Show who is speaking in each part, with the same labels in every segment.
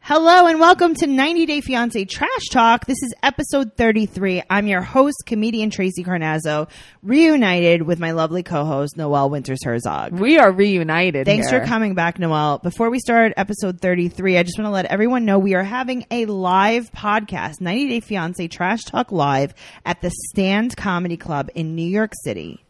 Speaker 1: Hello and welcome to 90 Day Fiance Trash Talk. This is episode 33. I'm your host, comedian Tracy Carnazzo, reunited with my lovely co-host, Noelle Winters Herzog.
Speaker 2: We are reunited.
Speaker 1: Thanks
Speaker 2: here.
Speaker 1: for coming back, Noelle. Before we start episode 33, I just want to let everyone know we are having a live podcast, 90 Day Fiance Trash Talk Live at the Stand Comedy Club in New York City.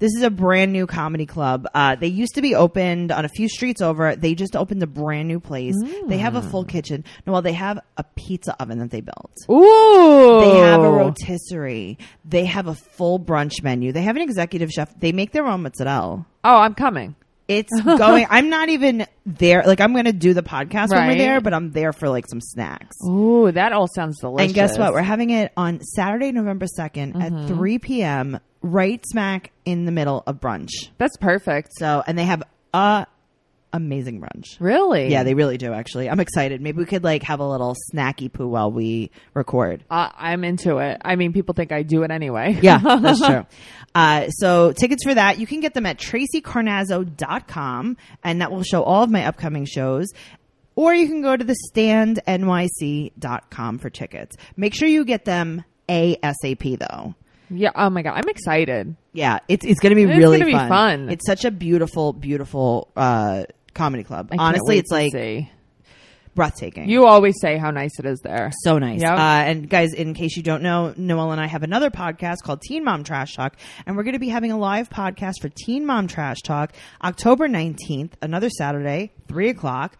Speaker 1: This is a brand new comedy club. Uh, they used to be opened on a few streets over. They just opened a brand new place. They have a full kitchen. No, well, they have a pizza oven that they built.
Speaker 2: Ooh.
Speaker 1: They have a rotisserie. They have a full brunch menu. They have an executive chef. They make their own mozzarella.
Speaker 2: Oh, I'm coming.
Speaker 1: It's going. I'm not even there. Like I'm going to do the podcast when we're
Speaker 2: Right.
Speaker 1: there, but I'm there for like some snacks.
Speaker 2: Ooh, that all sounds delicious. Mm-hmm.
Speaker 1: And guess what? We're having it on Saturday, November 2nd at 3 p.m. Right smack in the middle of brunch.
Speaker 2: That's perfect.
Speaker 1: So, and they have a amazing brunch.
Speaker 2: Really?
Speaker 1: Yeah, they really do. Actually, I'm excited. Maybe we could like have a little snacky poo while we record.
Speaker 2: Uh, I'm into it. I mean, people think I do it anyway.
Speaker 1: Yeah, that's true. Uh, so tickets for that, you can get them at tracycarnazzo.com and that will show all of my upcoming shows. Or you can go to the standnyc.com for tickets. Make sure you get them ASAP though.
Speaker 2: yeah. Oh my god, I'm excited.
Speaker 1: Yeah, it's it's gonna be
Speaker 2: It's
Speaker 1: really
Speaker 2: gonna be
Speaker 1: fun.
Speaker 2: fun.
Speaker 1: It's such a beautiful, beautiful uh, comedy club.
Speaker 2: I can't
Speaker 1: Honestly,
Speaker 2: wait
Speaker 1: it's
Speaker 2: to
Speaker 1: like
Speaker 2: see.
Speaker 1: breathtaking.
Speaker 2: you always say how nice it is there.
Speaker 1: So nice.
Speaker 2: Yep.
Speaker 1: Uh, and guys, in case you don't know, Noel and I have another podcast called Teen Mom Trash Talk, and we're going to be having a live podcast for Teen Mom Trash Talk October 19th, another Saturday, 3 o'clock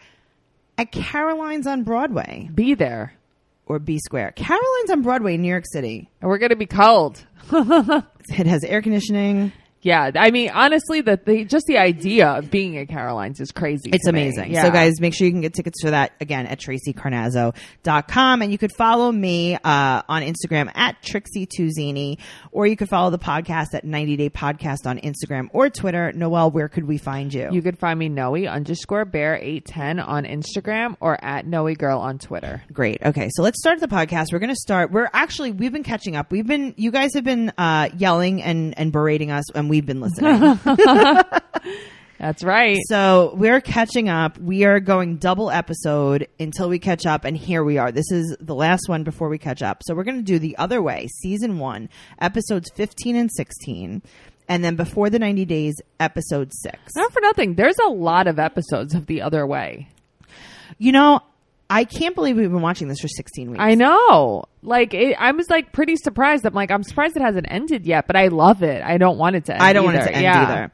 Speaker 1: at Caroline's on Broadway
Speaker 2: Be there.
Speaker 1: or B Square. Caroline's on Broadway in New York City.
Speaker 2: And we're gonna be cold.
Speaker 1: It has air conditioning.
Speaker 2: Yeah, I mean, honestly, that the just the idea of being at Caroline's is crazy.
Speaker 1: It's
Speaker 2: to me.
Speaker 1: amazing.
Speaker 2: Yeah.
Speaker 1: So guys, make sure you can get tickets for that again at tracycarnazzo.com. And you could follow me, uh, on Instagram at Trixie Tuzini, or you could follow the podcast at 90 Day Podcast on Instagram or Twitter. Noel, where could we find you?
Speaker 2: you could find me Noe underscore bear eight ten on Instagram or at Noe girl on Twitter.
Speaker 1: Great. Okay. So let's start the podcast. We're going to start. We're actually, we've been catching up. We've been, you guys have been, uh, yelling and, and berating us and we've been listening.
Speaker 2: That's right.
Speaker 1: so we're catching up. We are going double episode until we catch up. And here we are. This is the last one before we catch up. So we're going to do the other way, season one, episodes 15 and 16. And then before the 90 days, episode six.
Speaker 2: Not for nothing. There's a lot of episodes of The Other Way.
Speaker 1: You know, I can't believe we've been watching this for 16 weeks.
Speaker 2: I know. Like, it, I was like pretty surprised. I'm like, I'm surprised it hasn't ended yet, but I love it. I don't want it to end.
Speaker 1: I don't
Speaker 2: either.
Speaker 1: want it to end
Speaker 2: Yeah.
Speaker 1: either.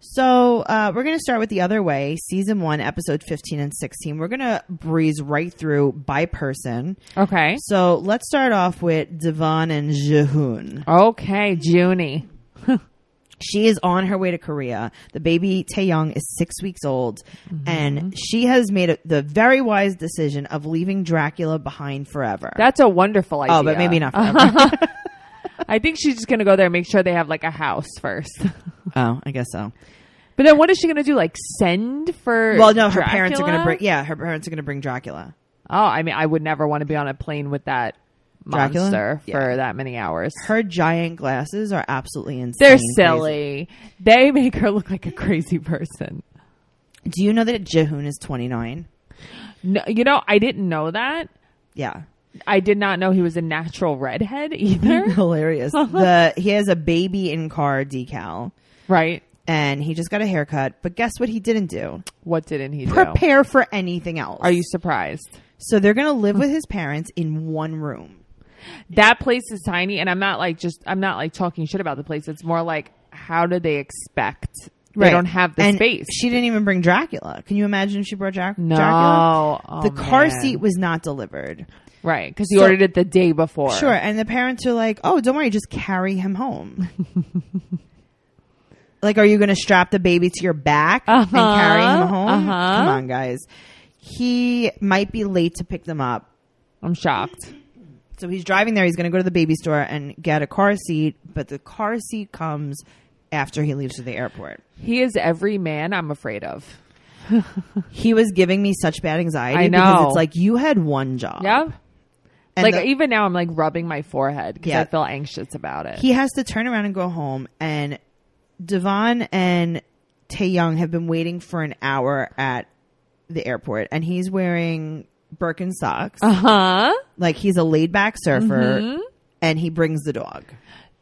Speaker 1: So uh, we're going to start with the other way, season one, episode 15 and 16. We're going to breeze right through by person.
Speaker 2: Okay.
Speaker 1: So let's start off with Devon and Jehoon.
Speaker 2: Okay, Junie.
Speaker 1: She is on her way to Korea. The baby Taeyong is six weeks old, and she has made a, the very wise decision of leaving Dracula behind forever.
Speaker 2: That's a wonderful idea.
Speaker 1: oh, but maybe not forever.
Speaker 2: I think she's just going to go there and make sure they have like a house first.
Speaker 1: oh, I guess so.
Speaker 2: but then what is she going to do? Like, send for.
Speaker 1: Well, no, her
Speaker 2: Dracula?
Speaker 1: parents are going to bring. Yeah, her parents are going to bring Dracula.
Speaker 2: Oh, I mean, I would never want to be on a plane with that
Speaker 1: Dracula?
Speaker 2: monster for
Speaker 1: Yeah.
Speaker 2: that many hours.
Speaker 1: Her giant glasses are absolutely insane.
Speaker 2: They're
Speaker 1: crazy.
Speaker 2: silly. They make her look like a crazy person.
Speaker 1: Do you know that Jehoon is twenty nine?
Speaker 2: No, you know, I didn't know that.
Speaker 1: Yeah.
Speaker 2: I did not know he was a natural redhead either.
Speaker 1: Hilarious. the he has a baby in car decal,
Speaker 2: right.
Speaker 1: and he just got a haircut. But guess what? He didn't do.
Speaker 2: What didn't he do?
Speaker 1: Prepare for anything else.
Speaker 2: Are you surprised?
Speaker 1: So they're going to
Speaker 2: Hmm.
Speaker 1: live with his parents in one room.
Speaker 2: That place is tiny and I'm not like just I'm not like talking shit about the place. It's more like how do they expect they don't have the
Speaker 1: And
Speaker 2: space.
Speaker 1: She didn't even bring Dracula. Can you imagine if she brought Drac-
Speaker 2: No.
Speaker 1: Dracula?
Speaker 2: Oh,
Speaker 1: the car
Speaker 2: man.
Speaker 1: seat was not delivered.
Speaker 2: right, cuz he
Speaker 1: So-
Speaker 2: ordered it the day before.
Speaker 1: Sure. And the parents are like, oh, don't worry, just carry him home. like, are you going to strap the baby to your back and
Speaker 2: Uh-huh.
Speaker 1: carry him home?
Speaker 2: Uh-huh.
Speaker 1: Come on, guys. He might be late to pick them up.
Speaker 2: I'm shocked.
Speaker 1: So he's driving there. He's going to go to the baby store and get a car seat, but the car seat comes after he leaves to the airport.
Speaker 2: He is every man I'm afraid of.
Speaker 1: He was giving me such bad anxiety
Speaker 2: I
Speaker 1: because
Speaker 2: know.
Speaker 1: it's like you had one job.
Speaker 2: Yeah.
Speaker 1: And
Speaker 2: like
Speaker 1: the-
Speaker 2: even now I'm like rubbing my forehead cuz
Speaker 1: Yeah.
Speaker 2: I feel anxious about it.
Speaker 1: he has to turn around and go home and Devon and Tae Young have been waiting for an hour at the airport and he's wearing Birkin socks.
Speaker 2: Uh huh.
Speaker 1: Like he's a laid back surfer
Speaker 2: Mm-hmm.
Speaker 1: and he brings the dog.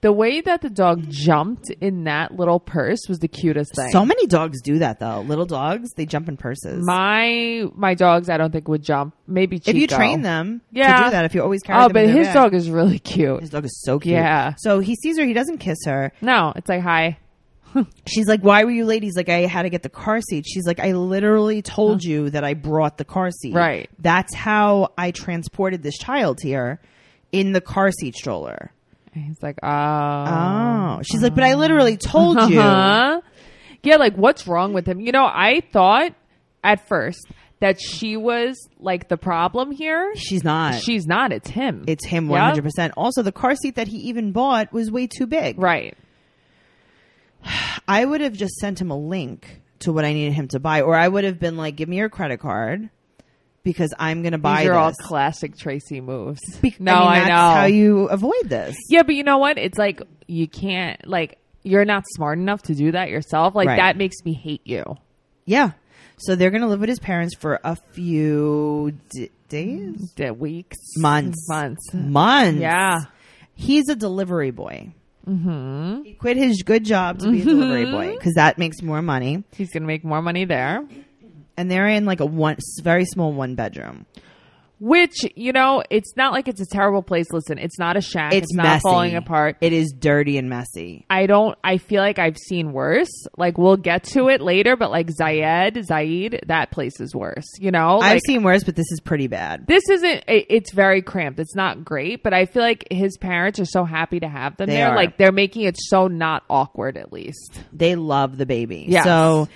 Speaker 2: The way that the dog jumped in that little purse was the cutest thing.
Speaker 1: So many dogs do that though. Little dogs, they jump in purses.
Speaker 2: my my dogs, I don't think would jump. Maybe Chico.
Speaker 1: if you train them to
Speaker 2: Yeah.
Speaker 1: do that, if you always carry
Speaker 2: Oh,
Speaker 1: them in
Speaker 2: but
Speaker 1: their
Speaker 2: his
Speaker 1: bag-
Speaker 2: dog is really cute.
Speaker 1: his dog is so cute.
Speaker 2: Yeah.
Speaker 1: So he sees her, he doesn't kiss her.
Speaker 2: No, it's like hi.
Speaker 1: She's like, "Why were you ladies like I had to get the car seat?" She's like, "I literally told you that I brought the car seat.
Speaker 2: Right.
Speaker 1: That's how I transported this child here in the car seat stroller."
Speaker 2: And he's like, oh, Uh-huh.
Speaker 1: Oh, she's like, "But I literally told you."
Speaker 2: huh? Yeah, like what's wrong with him? You know, I thought at first that she was like the problem here.
Speaker 1: She's not.
Speaker 2: She's not. It's him.
Speaker 1: it's him
Speaker 2: Yep.
Speaker 1: 100%. Also, the car seat that he even bought was way too big.
Speaker 2: Right.
Speaker 1: I would have just sent him a link to what I needed him to buy, or I would have been like, "Give me your credit card because I'm going to buy
Speaker 2: These are all
Speaker 1: this."
Speaker 2: classic Tracy moves.
Speaker 1: Bec-
Speaker 2: no,
Speaker 1: I, mean,
Speaker 2: I,
Speaker 1: that's
Speaker 2: know.
Speaker 1: how you avoid this.
Speaker 2: yeah, but you know what? It's like you can't like you're not smart enough to do that yourself. Like
Speaker 1: Right.
Speaker 2: that makes me hate you.
Speaker 1: Yeah. So they're going to live with his parents for a few d- days,
Speaker 2: The weeks,
Speaker 1: Months.
Speaker 2: months.
Speaker 1: months.
Speaker 2: Yeah.
Speaker 1: He's a delivery boy. Mm-hmm. He quit his good job to be a delivery
Speaker 2: Mm-hmm.
Speaker 1: boy because that makes more money.
Speaker 2: He's gonna make more money there.
Speaker 1: And they're in like a one very small one bedroom.
Speaker 2: Which, you know, it's not like it's a terrible place. Listen, it's not a shack.
Speaker 1: It's,
Speaker 2: It's, not
Speaker 1: messy.
Speaker 2: falling apart.
Speaker 1: It is dirty and messy.
Speaker 2: I don't, I feel like I've seen worse. Like, we'll get to it later, but like Zayed, Zaid, that place is worse, you know?
Speaker 1: I've
Speaker 2: Like,
Speaker 1: seen worse, but this is pretty bad.
Speaker 2: this isn't, it, it's very cramped. It's not great, but I feel like his parents are so happy to have them
Speaker 1: They
Speaker 2: there.
Speaker 1: are.
Speaker 2: Like, they're making it so not awkward, at least.
Speaker 1: They love the baby.
Speaker 2: Yes.
Speaker 1: So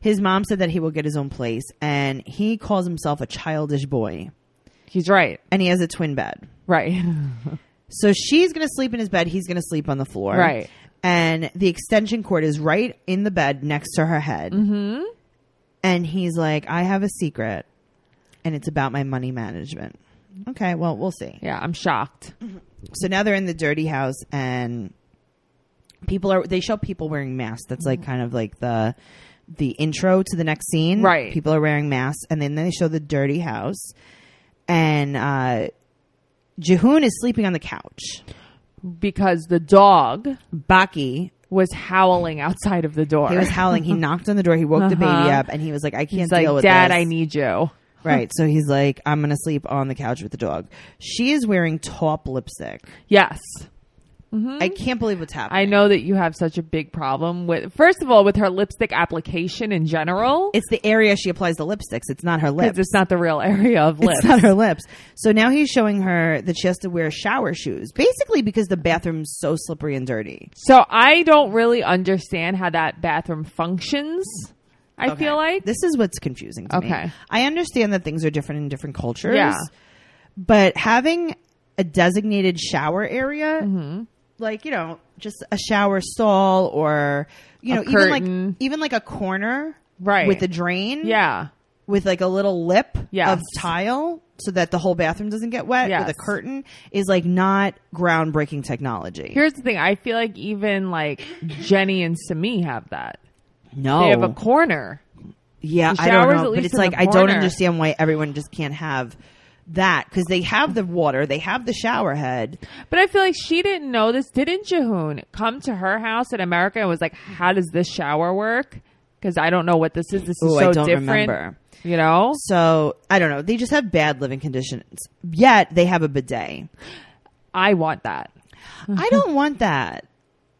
Speaker 1: his mom said that he will get his own place, and he calls himself a childish boy,
Speaker 2: He's right.
Speaker 1: and he has a twin bed.
Speaker 2: Right.
Speaker 1: So she's going to sleep in his bed. He's going to sleep on the floor.
Speaker 2: Right.
Speaker 1: And the extension cord is right in the bed next to her head. Mm-hmm. And he's like, I have a secret, and it's about my money management. Okay, well, we'll see.
Speaker 2: yeah, I'm shocked.
Speaker 1: So now they're in the dirty house, and people are, they show people wearing masks. That's
Speaker 2: Mm-hmm.
Speaker 1: like kind of like the. The intro to the next scene,
Speaker 2: Right.
Speaker 1: People are wearing masks, and then they show the dirty house, and uh, Jehoon is sleeping on the couch.
Speaker 2: Because the dog
Speaker 1: Baki.
Speaker 2: was howling outside of the door.
Speaker 1: He was howling. He knocked on the door. He woke the baby
Speaker 2: Uh-huh.
Speaker 1: up, and he was like, "I can't
Speaker 2: He's
Speaker 1: deal
Speaker 2: like,
Speaker 1: with
Speaker 2: Dad,
Speaker 1: this."
Speaker 2: I need you.
Speaker 1: right. So he's like, "I'm gonna sleep on the couch with the dog." She is wearing taupe lipstick.
Speaker 2: Yes.
Speaker 1: I can't believe what's
Speaker 2: Hmm? I
Speaker 1: happening.
Speaker 2: know that you have such a big problem with, first of all, with her lipstick application in general.
Speaker 1: it's the area she applies the lipsticks. It's not her lips.
Speaker 2: Because it's not the real area of lips.
Speaker 1: It's not her lips. So now he's showing her that she has to wear shower shoes, basically because the bathroom's so slippery and dirty.
Speaker 2: so I don't really understand how that bathroom functions. I
Speaker 1: Okay.
Speaker 2: feel like.
Speaker 1: this is what's confusing to me.
Speaker 2: Okay.
Speaker 1: I understand that things are different in different cultures.
Speaker 2: Yeah.
Speaker 1: But having a designated shower area,
Speaker 2: Mm-hmm.
Speaker 1: like, you know, just a shower stall or, you
Speaker 2: A
Speaker 1: know, even like
Speaker 2: curtain.
Speaker 1: even like a corner
Speaker 2: Right.
Speaker 1: with a drain
Speaker 2: yeah.
Speaker 1: with like a little lip
Speaker 2: Yes.
Speaker 1: of tile so that the whole bathroom doesn't get wet
Speaker 2: Yes.
Speaker 1: with a curtain is like not groundbreaking technology.
Speaker 2: Here's the thing. I feel like even like Jenny and Sami have that.
Speaker 1: no.
Speaker 2: They have a corner.
Speaker 1: Yeah,
Speaker 2: The
Speaker 1: I don't
Speaker 2: shower's at
Speaker 1: know, but
Speaker 2: least
Speaker 1: it's
Speaker 2: in
Speaker 1: like
Speaker 2: the
Speaker 1: I don't
Speaker 2: corner.
Speaker 1: understand why everyone just can't have that because they have the water, they have the shower head.
Speaker 2: But I feel like she didn't know this. Didn't Jahoon come to her house in America and was like, how does this shower work? Because I don't know what this is. This is
Speaker 1: Ooh, I
Speaker 2: so
Speaker 1: don't
Speaker 2: different.
Speaker 1: remember.
Speaker 2: You know?
Speaker 1: So I don't know. They just have bad living conditions. Yet they have a bidet.
Speaker 2: I want that.
Speaker 1: I don't want that.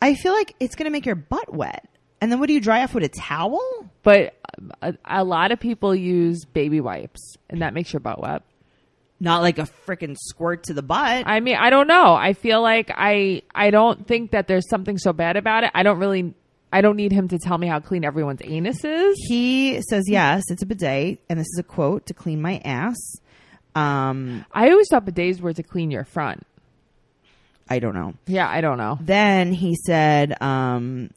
Speaker 1: I feel like it's going to make your butt wet. And then what do you dry off with a towel?
Speaker 2: But a, a lot of people use baby wipes, and that makes your butt wet.
Speaker 1: Not like a freaking squirt to the butt.
Speaker 2: I mean, I don't know. I feel like I I don't think that there's something so bad about it. I don't really. I don't need him to tell me how clean everyone's anus is.
Speaker 1: he says yes, it's a bidet, and this is a quote to clean my ass. Um,
Speaker 2: I always thought bidets were to clean your front.
Speaker 1: I don't know.
Speaker 2: Yeah, I don't know.
Speaker 1: Then he said, um,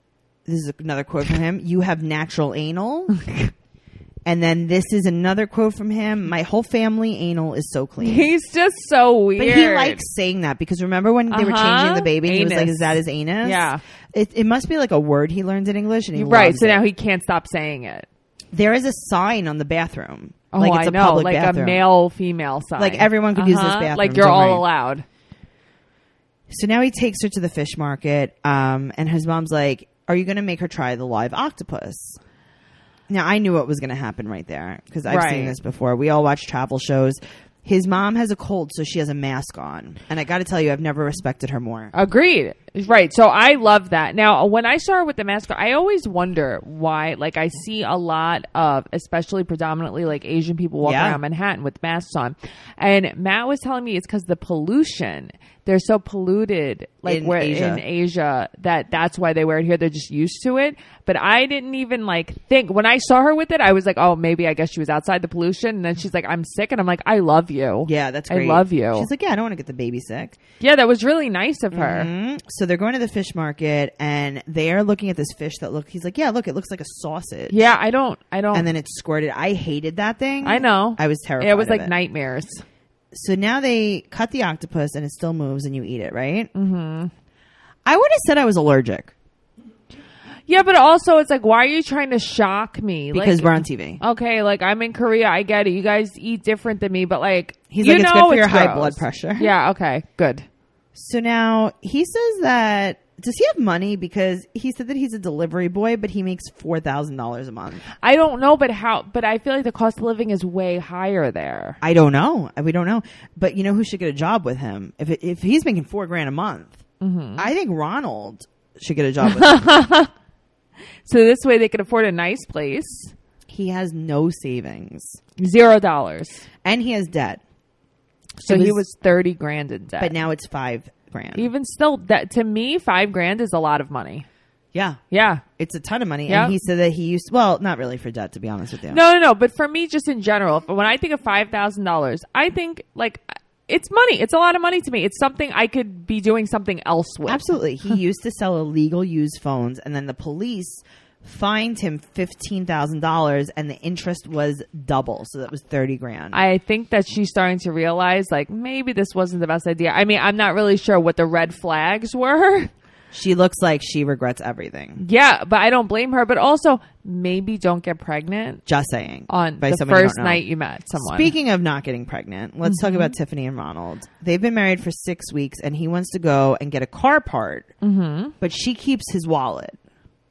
Speaker 1: this is another quote from him, you have natural anal. and then this is another quote from him, my whole family anal is so clean.
Speaker 2: He's just so
Speaker 1: But
Speaker 2: weird.
Speaker 1: he likes saying that because remember when they were
Speaker 2: Uh-huh.
Speaker 1: changing the baby and he was like,
Speaker 2: Anus.
Speaker 1: is that his anus?
Speaker 2: Yeah.
Speaker 1: It, it must be like a word he learned in English and he
Speaker 2: right.
Speaker 1: loves
Speaker 2: So
Speaker 1: it.
Speaker 2: now he can't stop saying it.
Speaker 1: There is a sign on the bathroom
Speaker 2: Oh,
Speaker 1: like it's
Speaker 2: I
Speaker 1: a
Speaker 2: know,
Speaker 1: public
Speaker 2: like
Speaker 1: bathroom.
Speaker 2: a male female sign. Uh-huh.
Speaker 1: Like, everyone could use this bathroom,
Speaker 2: Like you're
Speaker 1: don't
Speaker 2: all
Speaker 1: worry.
Speaker 2: allowed.
Speaker 1: So now he takes her to the fish market, um, and his mom's like, "Are you going to make her try the live octopus?" Now I knew what was going to happen right there because I've seen
Speaker 2: Right.
Speaker 1: this before. We all watch travel shows. His mom has a cold, so she has a mask on, and I got to tell you, I've never respected her more.
Speaker 2: Oh, Agreed. Right. So I love that. Now, when I saw her with the mask, I always wonder why. Like, I see a lot of, especially predominantly like Asian people walking
Speaker 1: Yeah.
Speaker 2: around Manhattan with masks on. And Matt was telling me it's because the pollution. They're so polluted, like
Speaker 1: In
Speaker 2: we're
Speaker 1: Asia.
Speaker 2: in Asia, that that's why they wear it here. They're just used to it. But I didn't even like think when I saw her with it. I was like, oh, maybe I guess she was outside the pollution. And then she's like, I'm sick, and I'm like, I love you.
Speaker 1: Yeah, that's great.
Speaker 2: I love you.
Speaker 1: She's like, yeah, I don't want to get the baby sick.
Speaker 2: yeah, that was really nice of her.
Speaker 1: Mhm. So they're going to the fish market, and they are looking at this fish that look. He's like, yeah, look, it looks like a sausage.
Speaker 2: Yeah, I don't. I don't.
Speaker 1: And then it squirted. I hated that thing.
Speaker 2: I know.
Speaker 1: I was terrified.
Speaker 2: It was
Speaker 1: of
Speaker 2: like
Speaker 1: it.
Speaker 2: nightmares.
Speaker 1: so now they cut the octopus and it still moves and you eat it, right? Mm-hmm. I would have said I was allergic
Speaker 2: Yeah, but also it's like, why are you trying to shock me?
Speaker 1: because
Speaker 2: like,
Speaker 1: we're on TV.
Speaker 2: okay, like I'm in Korea, I get it. You guys eat different than me, but like,
Speaker 1: He's
Speaker 2: you
Speaker 1: like, it's
Speaker 2: know
Speaker 1: good for your high
Speaker 2: gross.
Speaker 1: blood pressure.
Speaker 2: Yeah. Okay. Good.
Speaker 1: So now he says that does he have money? Because he said that he's a delivery boy, but he makes four thousand dollars a month.
Speaker 2: I don't know, but how? But I feel like the cost of living is way higher there.
Speaker 1: I don't know. We don't know. But you know who should get a job with him? If it, if he's making four grand a month, I think Ronald should get a job with him.
Speaker 2: So this way they could afford a nice place.
Speaker 1: he has no savings
Speaker 2: Zero dollars.
Speaker 1: and he has debt.
Speaker 2: So
Speaker 1: It
Speaker 2: he
Speaker 1: was-
Speaker 2: was thirty grand in debt.
Speaker 1: But now it's five grand.
Speaker 2: even still, that to me, five grand is a lot of money.
Speaker 1: yeah.
Speaker 2: Yeah.
Speaker 1: it's a ton of money.
Speaker 2: Yeah.
Speaker 1: And he said that he used well, not really for debt, to be honest with you.
Speaker 2: No, no, no. But for me, just in general, when I think of five thousand dollars, I think like it's money. It's a lot of money to me. It's something I could be doing something else with.
Speaker 1: absolutely. He used to sell illegal used phones, and then the police fined him fifteen thousand dollars, and the interest was double, so that was thirty grand.
Speaker 2: I think that she's starting to realize like maybe this wasn't the best idea. I mean, I'm not really sure what the red flags were.
Speaker 1: she looks like she regrets everything.
Speaker 2: yeah, but I don't blame her. But also, maybe don't get pregnant
Speaker 1: Just saying.
Speaker 2: on
Speaker 1: By
Speaker 2: the
Speaker 1: someone you don't
Speaker 2: first
Speaker 1: know.
Speaker 2: night you met someone. Mm-hmm.
Speaker 1: Speaking of not getting pregnant, let's talk about Tiffany and Ronald. They've been married for six weeks, and he wants to go and get a car part, mm-hmm. but she keeps his wallet.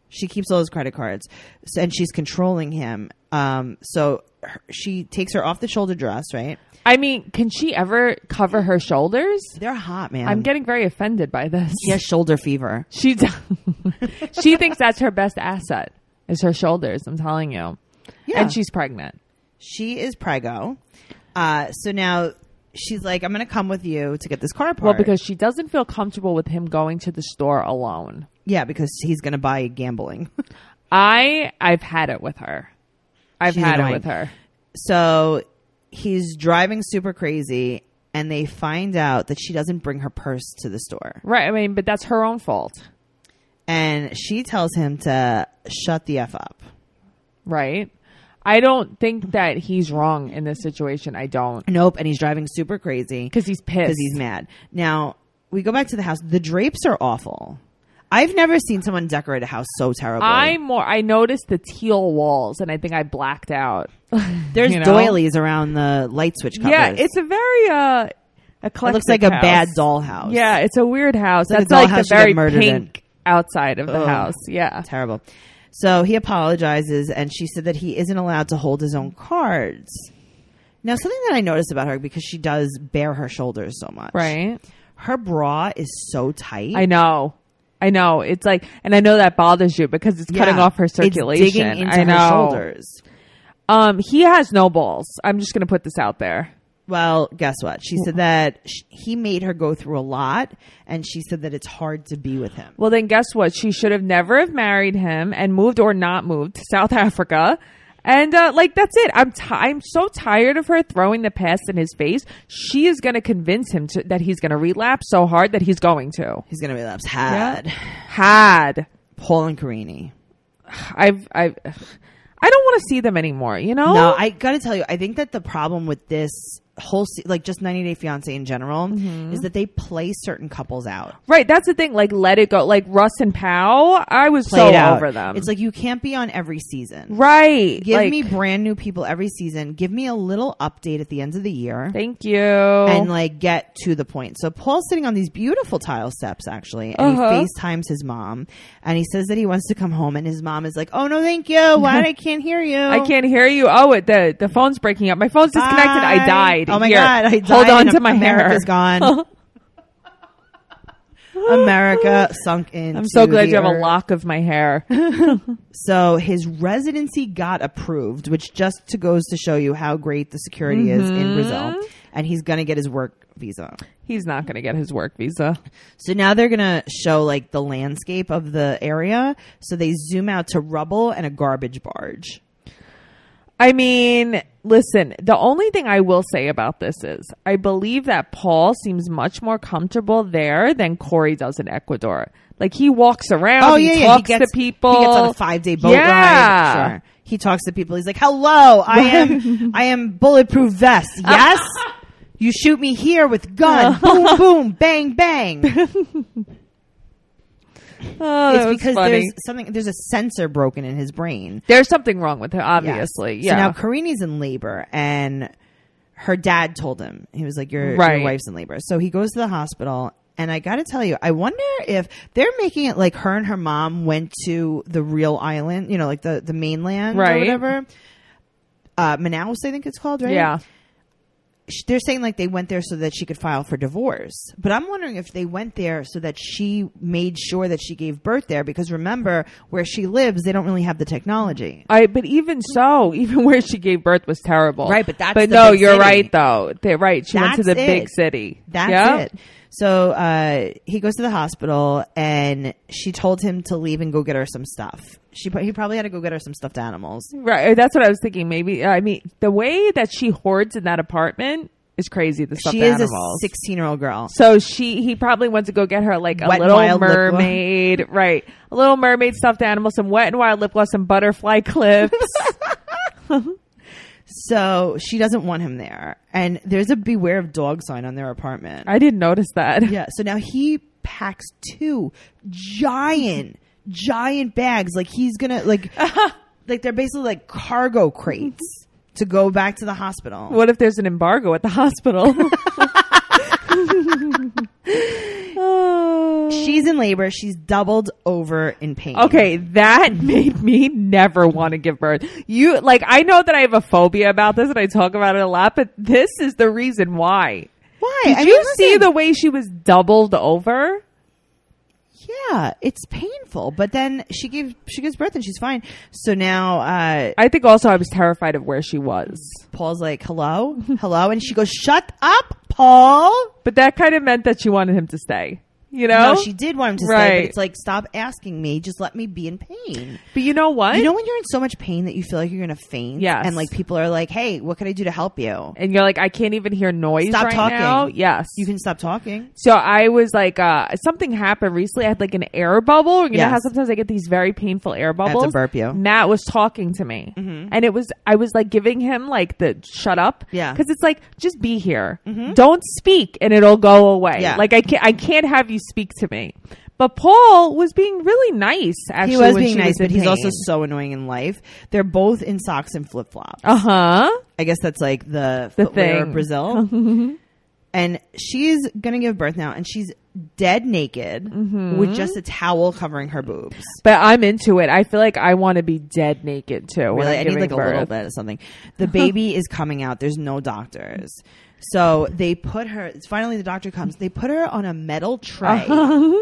Speaker 1: She keeps all his credit cards, so, and she's controlling him. Um, so her, she takes her off the shoulder dress. Right?
Speaker 2: I mean, can she ever cover her shoulders?
Speaker 1: They're hot, man.
Speaker 2: I'm getting very offended by this.
Speaker 1: she has shoulder fever.
Speaker 2: She d- she thinks that's her best asset is her shoulders. I'm telling you,
Speaker 1: Yeah.
Speaker 2: and she's pregnant.
Speaker 1: She is prego. Uh, so now she's like, "I'm going to come with you to get this car part."
Speaker 2: Well, because she doesn't feel comfortable with him going to the store alone.
Speaker 1: yeah, because he's going to buy gambling.
Speaker 2: I I've had it with her. I've
Speaker 1: She's
Speaker 2: had
Speaker 1: annoying.
Speaker 2: it with her.
Speaker 1: So he's driving super crazy, and they find out that she doesn't bring her purse to the store.
Speaker 2: Right. I mean, but that's her own fault,
Speaker 1: And she tells him to shut the F up.
Speaker 2: right? I don't think that he's wrong in this situation. I don't
Speaker 1: Nope. And he's driving super crazy
Speaker 2: because he's pissed.
Speaker 1: because he's mad. Now, we go back to the house. The drapes are awful. I've never seen someone decorate a house so terribly.
Speaker 2: I more I noticed the teal walls, and I think I blacked out.
Speaker 1: There's
Speaker 2: you know?
Speaker 1: doilies around the light switch covers.
Speaker 2: Yeah, it's a very uh, eclectic.
Speaker 1: it looks like a
Speaker 2: house.
Speaker 1: bad dollhouse.
Speaker 2: Yeah, it's a weird house.
Speaker 1: like a
Speaker 2: That's
Speaker 1: dollhouse
Speaker 2: like the
Speaker 1: you get
Speaker 2: very
Speaker 1: murdered in.
Speaker 2: pink outside of the
Speaker 1: Ugh.
Speaker 2: house. Yeah.
Speaker 1: terrible. So he apologizes, and she said that he isn't allowed to hold his own cards. Now, something that I noticed about her because she does bare her shoulders so much,
Speaker 2: Right.
Speaker 1: Her bra is so tight.
Speaker 2: I know. I know. It's like, and I know that bothers you because it's
Speaker 1: Yeah.
Speaker 2: cutting off her
Speaker 1: It's
Speaker 2: circulation.
Speaker 1: digging into
Speaker 2: I know.
Speaker 1: her shoulders.
Speaker 2: Um, he has no balls. I'm just going to put this out there.
Speaker 1: Well, guess what? She said that sh he made her go through a lot, and she said that it's hard to be with him.
Speaker 2: Well, then guess what? She should have never have married him and moved or not moved to South Africa. And uh, like that's it. I'm ti I'm so tired of her throwing the past in his face. She is going to convince him to- that he's going to relapse so hard that he's going to.
Speaker 1: He's gonna relapse. Had
Speaker 2: Had
Speaker 1: Paul and Carini.
Speaker 2: I've I've I don't want to see them anymore. You know.
Speaker 1: No, I gotta tell you, I think that the problem with this whole se- like just 90 Day Fiance in general
Speaker 2: Mm-hmm.
Speaker 1: is that they play certain couples out.
Speaker 2: Right, that's the thing. Like, let it go. Like Russ and Pal, I was
Speaker 1: Play
Speaker 2: so
Speaker 1: it out.
Speaker 2: over them.
Speaker 1: It's like you can't be on every season.
Speaker 2: right.
Speaker 1: Give
Speaker 2: like,
Speaker 1: me brand new people every season. Give me a little update at the end of the year.
Speaker 2: Thank you.
Speaker 1: and like get to the point. So Paul's sitting on these beautiful tile steps actually, and
Speaker 2: Uh-huh.
Speaker 1: he FaceTimes his mom and he says that he wants to come home and his mom is like, Oh no, thank you. Why I can't hear you.
Speaker 2: I can't hear you. Oh, it, the the phone's breaking up. My phone's disconnected. I
Speaker 1: Bye.
Speaker 2: died.
Speaker 1: Oh my
Speaker 2: Here,
Speaker 1: god, I died.
Speaker 2: Hold on
Speaker 1: and
Speaker 2: to my
Speaker 1: America's
Speaker 2: hair.
Speaker 1: gone. America sunk in.
Speaker 2: I'm so glad you have a lock of my hair.
Speaker 1: So his residency got approved, which just to goes to show you how great the security is
Speaker 2: Mm-hmm.
Speaker 1: in Brazil. And he's gonna get his work visa.
Speaker 2: He's not going to get his work visa.
Speaker 1: So now they're gonna show like the landscape of the area. So they zoom out to rubble and a garbage barge.
Speaker 2: I mean, listen, the only thing I will say about this is I believe that Paul seems much more comfortable there than Corey does in Ecuador. Like he walks around,
Speaker 1: Oh
Speaker 2: he
Speaker 1: yeah, yeah. He
Speaker 2: talks
Speaker 1: gets
Speaker 2: to people.
Speaker 1: He gets on a five day boat
Speaker 2: yeah.
Speaker 1: ride. Sure. He talks to people. He's like, "Hello, I am I am bulletproof vest. Yes, you shoot me here with gun. boom, boom, bang, bang.
Speaker 2: Oh, that
Speaker 1: it's
Speaker 2: was
Speaker 1: because
Speaker 2: funny.
Speaker 1: there's something. There's a sensor broken in his brain.
Speaker 2: There's something wrong with her,
Speaker 1: Yes.
Speaker 2: obviously.
Speaker 1: So
Speaker 2: Yeah.
Speaker 1: now Karini's in labor and her dad told him, he was like, your,
Speaker 2: Right.
Speaker 1: your wife's in labor. So he goes to the hospital. And I gotta tell you, I wonder if they're making it like her and her mom went to the real island, you know, like the, the mainland or
Speaker 2: Right.
Speaker 1: whatever. Uh, Manaus, I think it's called, right?
Speaker 2: yeah.
Speaker 1: Sh- They're saying like they went there so that she could file for divorce. But I'm wondering if they went there so that she made sure that she gave birth there because remember, where she lives, they don't really have the technology.
Speaker 2: I, but even so, even where she gave birth was terrible.
Speaker 1: Right, but that's
Speaker 2: but
Speaker 1: the
Speaker 2: no,
Speaker 1: big
Speaker 2: you're
Speaker 1: city.
Speaker 2: right though. They're right. She went to
Speaker 1: That's
Speaker 2: the big
Speaker 1: it.
Speaker 2: city.
Speaker 1: That's
Speaker 2: Yeah?
Speaker 1: it. So uh, he goes to the hospital, and she told him to leave and go get her some stuff. She pro- he probably had to go get her some stuffed animals.
Speaker 2: Right. uh, That's what I was thinking. Maybe uh, I mean the way that she hoards in that apartment is crazy. The stuffed
Speaker 1: she is
Speaker 2: animals.
Speaker 1: a sixteen year old girl.
Speaker 2: so she he probably went to go get her like a
Speaker 1: Wet and
Speaker 2: little
Speaker 1: Wild lip gloss.
Speaker 2: mermaid, right? A little mermaid stuffed animal, some wet and wild lip gloss, some butterfly clips.
Speaker 1: So she doesn't want him there. And there's a beware of dog sign on their apartment.
Speaker 2: I didn't notice that.
Speaker 1: yeah. So now he packs two giant, giant bags. Like he's gonna like like they're basically like cargo crates to go back to the hospital.
Speaker 2: What if there's an embargo at the hospital? Oh.
Speaker 1: She's in labor. She's doubled over in pain.
Speaker 2: Okay, that made me never want to give birth. You like I know that I have a phobia about this and I talk about it a lot, but this is the reason why.
Speaker 1: Why?
Speaker 2: Did
Speaker 1: I
Speaker 2: you
Speaker 1: mean,
Speaker 2: see
Speaker 1: listen,
Speaker 2: the way she was doubled over?
Speaker 1: Yeah, it's painful, but then she gives she gives birth and she's fine. So now uh,
Speaker 2: I think also I was terrified of where she was.
Speaker 1: Paul's like, "Hello, hello," and she goes, "Shut up, Paul."
Speaker 2: But that kind of meant that she wanted him to stay. You know?
Speaker 1: No, she did want him to stay,
Speaker 2: Right.
Speaker 1: but it's like, stop asking me. Just let me be in pain.
Speaker 2: but you know what?
Speaker 1: You know when you're in so much pain that you feel like you're gonna faint.
Speaker 2: Yes.
Speaker 1: and like people are like, "Hey, what can I do to help you?"
Speaker 2: and you're like, I can't even hear noise
Speaker 1: Stop
Speaker 2: right
Speaker 1: talking.
Speaker 2: now. Yes.
Speaker 1: You can stop talking.
Speaker 2: So I was like, uh, something happened recently. I had like an air bubble. You know
Speaker 1: Yes.
Speaker 2: how sometimes I get these very painful air bubbles.
Speaker 1: burp, yo. Mm-hmm.
Speaker 2: Matt was talking to me, and it was I was like giving him like the shut up,
Speaker 1: Yeah. Mm-hmm.
Speaker 2: because it's like just be here, don't speak, and it'll go away.
Speaker 1: Yeah.
Speaker 2: Like I can't, I can't have you speak to me. But Paul was being really nice. Actually,
Speaker 1: he was
Speaker 2: when
Speaker 1: being
Speaker 2: she
Speaker 1: nice,
Speaker 2: in
Speaker 1: but he's also
Speaker 2: pain.
Speaker 1: so annoying in life. They're both in socks and flip flops.
Speaker 2: uh huh.
Speaker 1: I guess that's like the,
Speaker 2: The
Speaker 1: footwear
Speaker 2: thing. Mm-hmm.
Speaker 1: of Brazil. and she's gonna give birth now, and she's dead naked
Speaker 2: Mm-hmm.
Speaker 1: with just a towel covering her boobs.
Speaker 2: But I'm into it. I feel like I want to be dead naked too. when
Speaker 1: Really,
Speaker 2: I'm
Speaker 1: I need
Speaker 2: giving
Speaker 1: like a little
Speaker 2: birth.
Speaker 1: bit of something. The baby is coming out. There's no doctors. So they put her, finally the doctor comes. They put her on a metal tray.
Speaker 2: Uh-huh.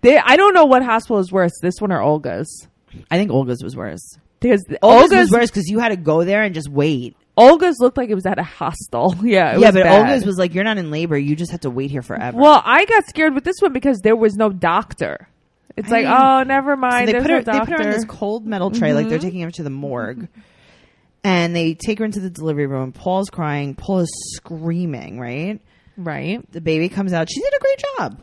Speaker 2: They, I don't know what hospital is worse, this one or Olga's.
Speaker 1: I think Olga's was worse.
Speaker 2: Because
Speaker 1: Olga's,
Speaker 2: Olga's
Speaker 1: was worse because you had to go there and just wait.
Speaker 2: Olga's looked like it was at a hostel. Yeah, it
Speaker 1: yeah,
Speaker 2: was
Speaker 1: but
Speaker 2: bad.
Speaker 1: Olga's was like, you're not in labor. You just have to wait here forever.
Speaker 2: Well, I got scared with this one because there was no doctor. It's
Speaker 1: I
Speaker 2: like,
Speaker 1: mean-
Speaker 2: oh, never
Speaker 1: So
Speaker 2: mind.
Speaker 1: they
Speaker 2: there's
Speaker 1: put her.
Speaker 2: no
Speaker 1: They put
Speaker 2: doctor. Mm-hmm.
Speaker 1: her on this cold metal tray, like they're taking her to the morgue, and they take her into the delivery room. Paul's crying. Paul is screaming. Right.
Speaker 2: right.
Speaker 1: The baby comes out. She did a great job.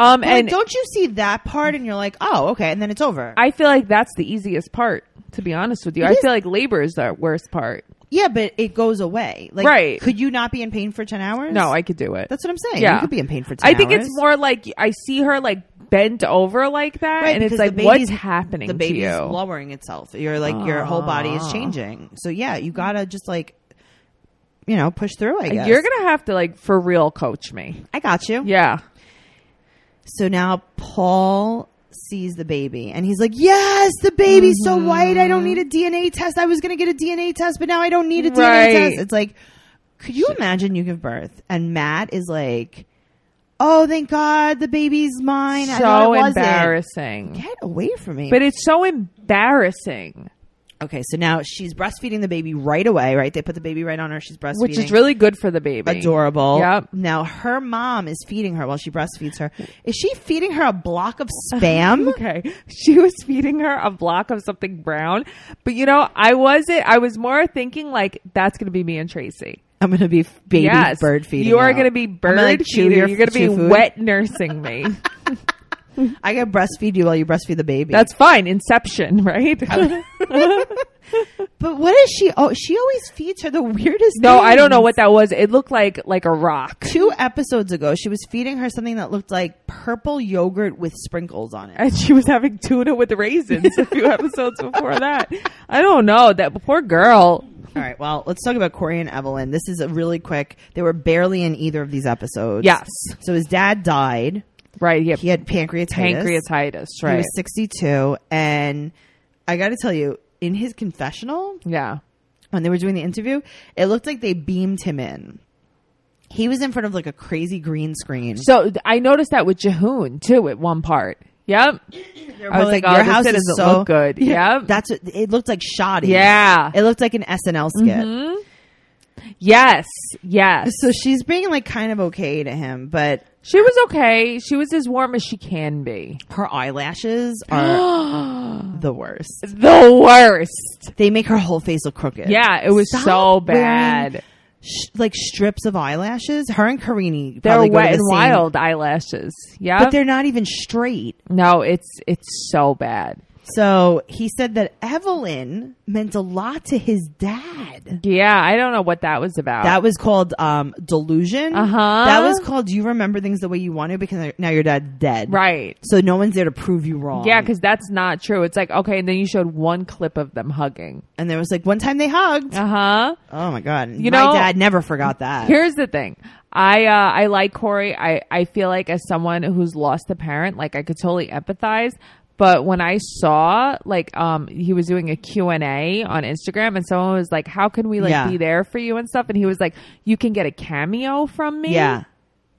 Speaker 2: Um,
Speaker 1: And
Speaker 2: and
Speaker 1: don't you see that part? And you're like, oh, okay. And then it's over.
Speaker 2: I feel like that's the easiest part. To be honest with you, I
Speaker 1: is-
Speaker 2: feel like labor is the worst part.
Speaker 1: Yeah, but it goes away. Like,
Speaker 2: Right.
Speaker 1: Could you not be in pain for ten hours?
Speaker 2: No, I could do it.
Speaker 1: That's what I'm saying.
Speaker 2: yeah,
Speaker 1: You could be in pain for ten.
Speaker 2: I think
Speaker 1: hours.
Speaker 2: it's more like I see her like bent over like that,
Speaker 1: Right,
Speaker 2: and it's
Speaker 1: because
Speaker 2: like
Speaker 1: the
Speaker 2: what's
Speaker 1: baby's-
Speaker 2: happening
Speaker 1: The baby's
Speaker 2: to you? Ah.
Speaker 1: lowering itself. You're like your whole body is changing. So yeah, you gotta just like, you know, push through. I guess
Speaker 2: You're gonna have to like for real coach me.
Speaker 1: I got you.
Speaker 2: Yeah,
Speaker 1: So now Paul sees the baby and he's like, Yes, the baby's
Speaker 2: Mm-hmm.
Speaker 1: so white. I don't need a DNA test. I was going to get a DNA test, but now I don't need a DNA
Speaker 2: Right.
Speaker 1: test. It's like, could you imagine you give birth and Matt is like, Oh, thank God the baby's mine. I
Speaker 2: so
Speaker 1: thought it wasn't."
Speaker 2: embarrassing.
Speaker 1: Get away from me.
Speaker 2: But it's so embarrassing,
Speaker 1: okay, so now she's breastfeeding the baby right away, right? They put the baby right on her. She's breastfeeding.
Speaker 2: which is really good for the baby.
Speaker 1: adorable.
Speaker 2: Yep.
Speaker 1: Now her mom is feeding her while she breastfeeds her. Is she feeding her a block of spam?
Speaker 2: Okay. She was feeding her a block of something brown. But you know, I wasn't, I was more thinking like, that's going to be me and Tracy.
Speaker 1: I'm gonna be f- baby
Speaker 2: yes.
Speaker 1: bird feeding.
Speaker 2: You are
Speaker 1: out.
Speaker 2: going to be
Speaker 1: I'm
Speaker 2: bird
Speaker 1: gonna, like, chew
Speaker 2: feeding.
Speaker 1: your-
Speaker 2: You're going to be
Speaker 1: chew food.
Speaker 2: wet nursing me.
Speaker 1: I gotta breastfeed you while you breastfeed the baby.
Speaker 2: that's fine. Inception, right?
Speaker 1: but what is she? Oh, she always feeds her the weirdest.
Speaker 2: no, I don't
Speaker 1: things.
Speaker 2: know what that was. It looked like, like a rock.
Speaker 1: Two episodes ago, she was feeding her something that looked like purple yogurt with sprinkles on it.
Speaker 2: And she was having tuna with raisins a few episodes before that. I don't know. That poor girl.
Speaker 1: All right, well, let's talk about Corey and Evelyn. This is a really quick. They were barely in either of these episodes.
Speaker 2: Yes.
Speaker 1: So his dad died.
Speaker 2: Right. Yeah.
Speaker 1: He had pancreatitis.
Speaker 2: Pancreatitis.
Speaker 1: He
Speaker 2: Right.
Speaker 1: was 62, and I got to tell you, in his confessional,
Speaker 2: yeah.
Speaker 1: when they were doing the interview, it looked like they beamed him in. He was in front of like a crazy green screen.
Speaker 2: So th- I noticed that with Jehoon too at one part. Yep. I was like,
Speaker 1: Your
Speaker 2: oh,
Speaker 1: house
Speaker 2: this
Speaker 1: is
Speaker 2: doesn't
Speaker 1: so
Speaker 2: look good. Yep.
Speaker 1: That's what it looked like. Shoddy.
Speaker 2: Yeah. Mm-hmm.
Speaker 1: it looked like an SNL skit.
Speaker 2: yes. Yes.
Speaker 1: So she's being like kind of okay to him, but
Speaker 2: She was okay. She was as warm as she can be.
Speaker 1: her eyelashes are the worst.
Speaker 2: The worst.
Speaker 1: They make her whole face look crooked.
Speaker 2: Yeah, it was
Speaker 1: Stop
Speaker 2: so
Speaker 1: wearing
Speaker 2: bad.
Speaker 1: Sh- like strips of eyelashes. Her and Karini
Speaker 2: They're
Speaker 1: probably go to
Speaker 2: wet
Speaker 1: the
Speaker 2: and
Speaker 1: same-
Speaker 2: wild eyelashes.
Speaker 1: but
Speaker 2: Yeah.
Speaker 1: they're not even straight.
Speaker 2: No, it's it's so bad.
Speaker 1: So he said that Evelyn meant a lot to his dad.
Speaker 2: Yeah, I don't know what that was about.
Speaker 1: That was called um, delusion.
Speaker 2: Ah. Uh-huh.
Speaker 1: That was called you remember things the way you want to because now your dad's dead.
Speaker 2: right.
Speaker 1: So no one's there to prove you wrong.
Speaker 2: Yeah, because that's not true. It's like okay, and then you showed one clip of them hugging.
Speaker 1: and there was like one time they hugged.
Speaker 2: Uh huh.
Speaker 1: oh my god!
Speaker 2: You
Speaker 1: my
Speaker 2: know-
Speaker 1: dad never forgot that.
Speaker 2: Here's the thing. I uh, I like Corey. I, I feel like as someone who's lost a parent, like I could totally empathize. But when I saw like um he was doing a Q&A on Instagram and someone was like, "How can we like
Speaker 1: Yeah.
Speaker 2: be there for you and stuff?" And he was like, "You can get a cameo from me."
Speaker 1: yeah,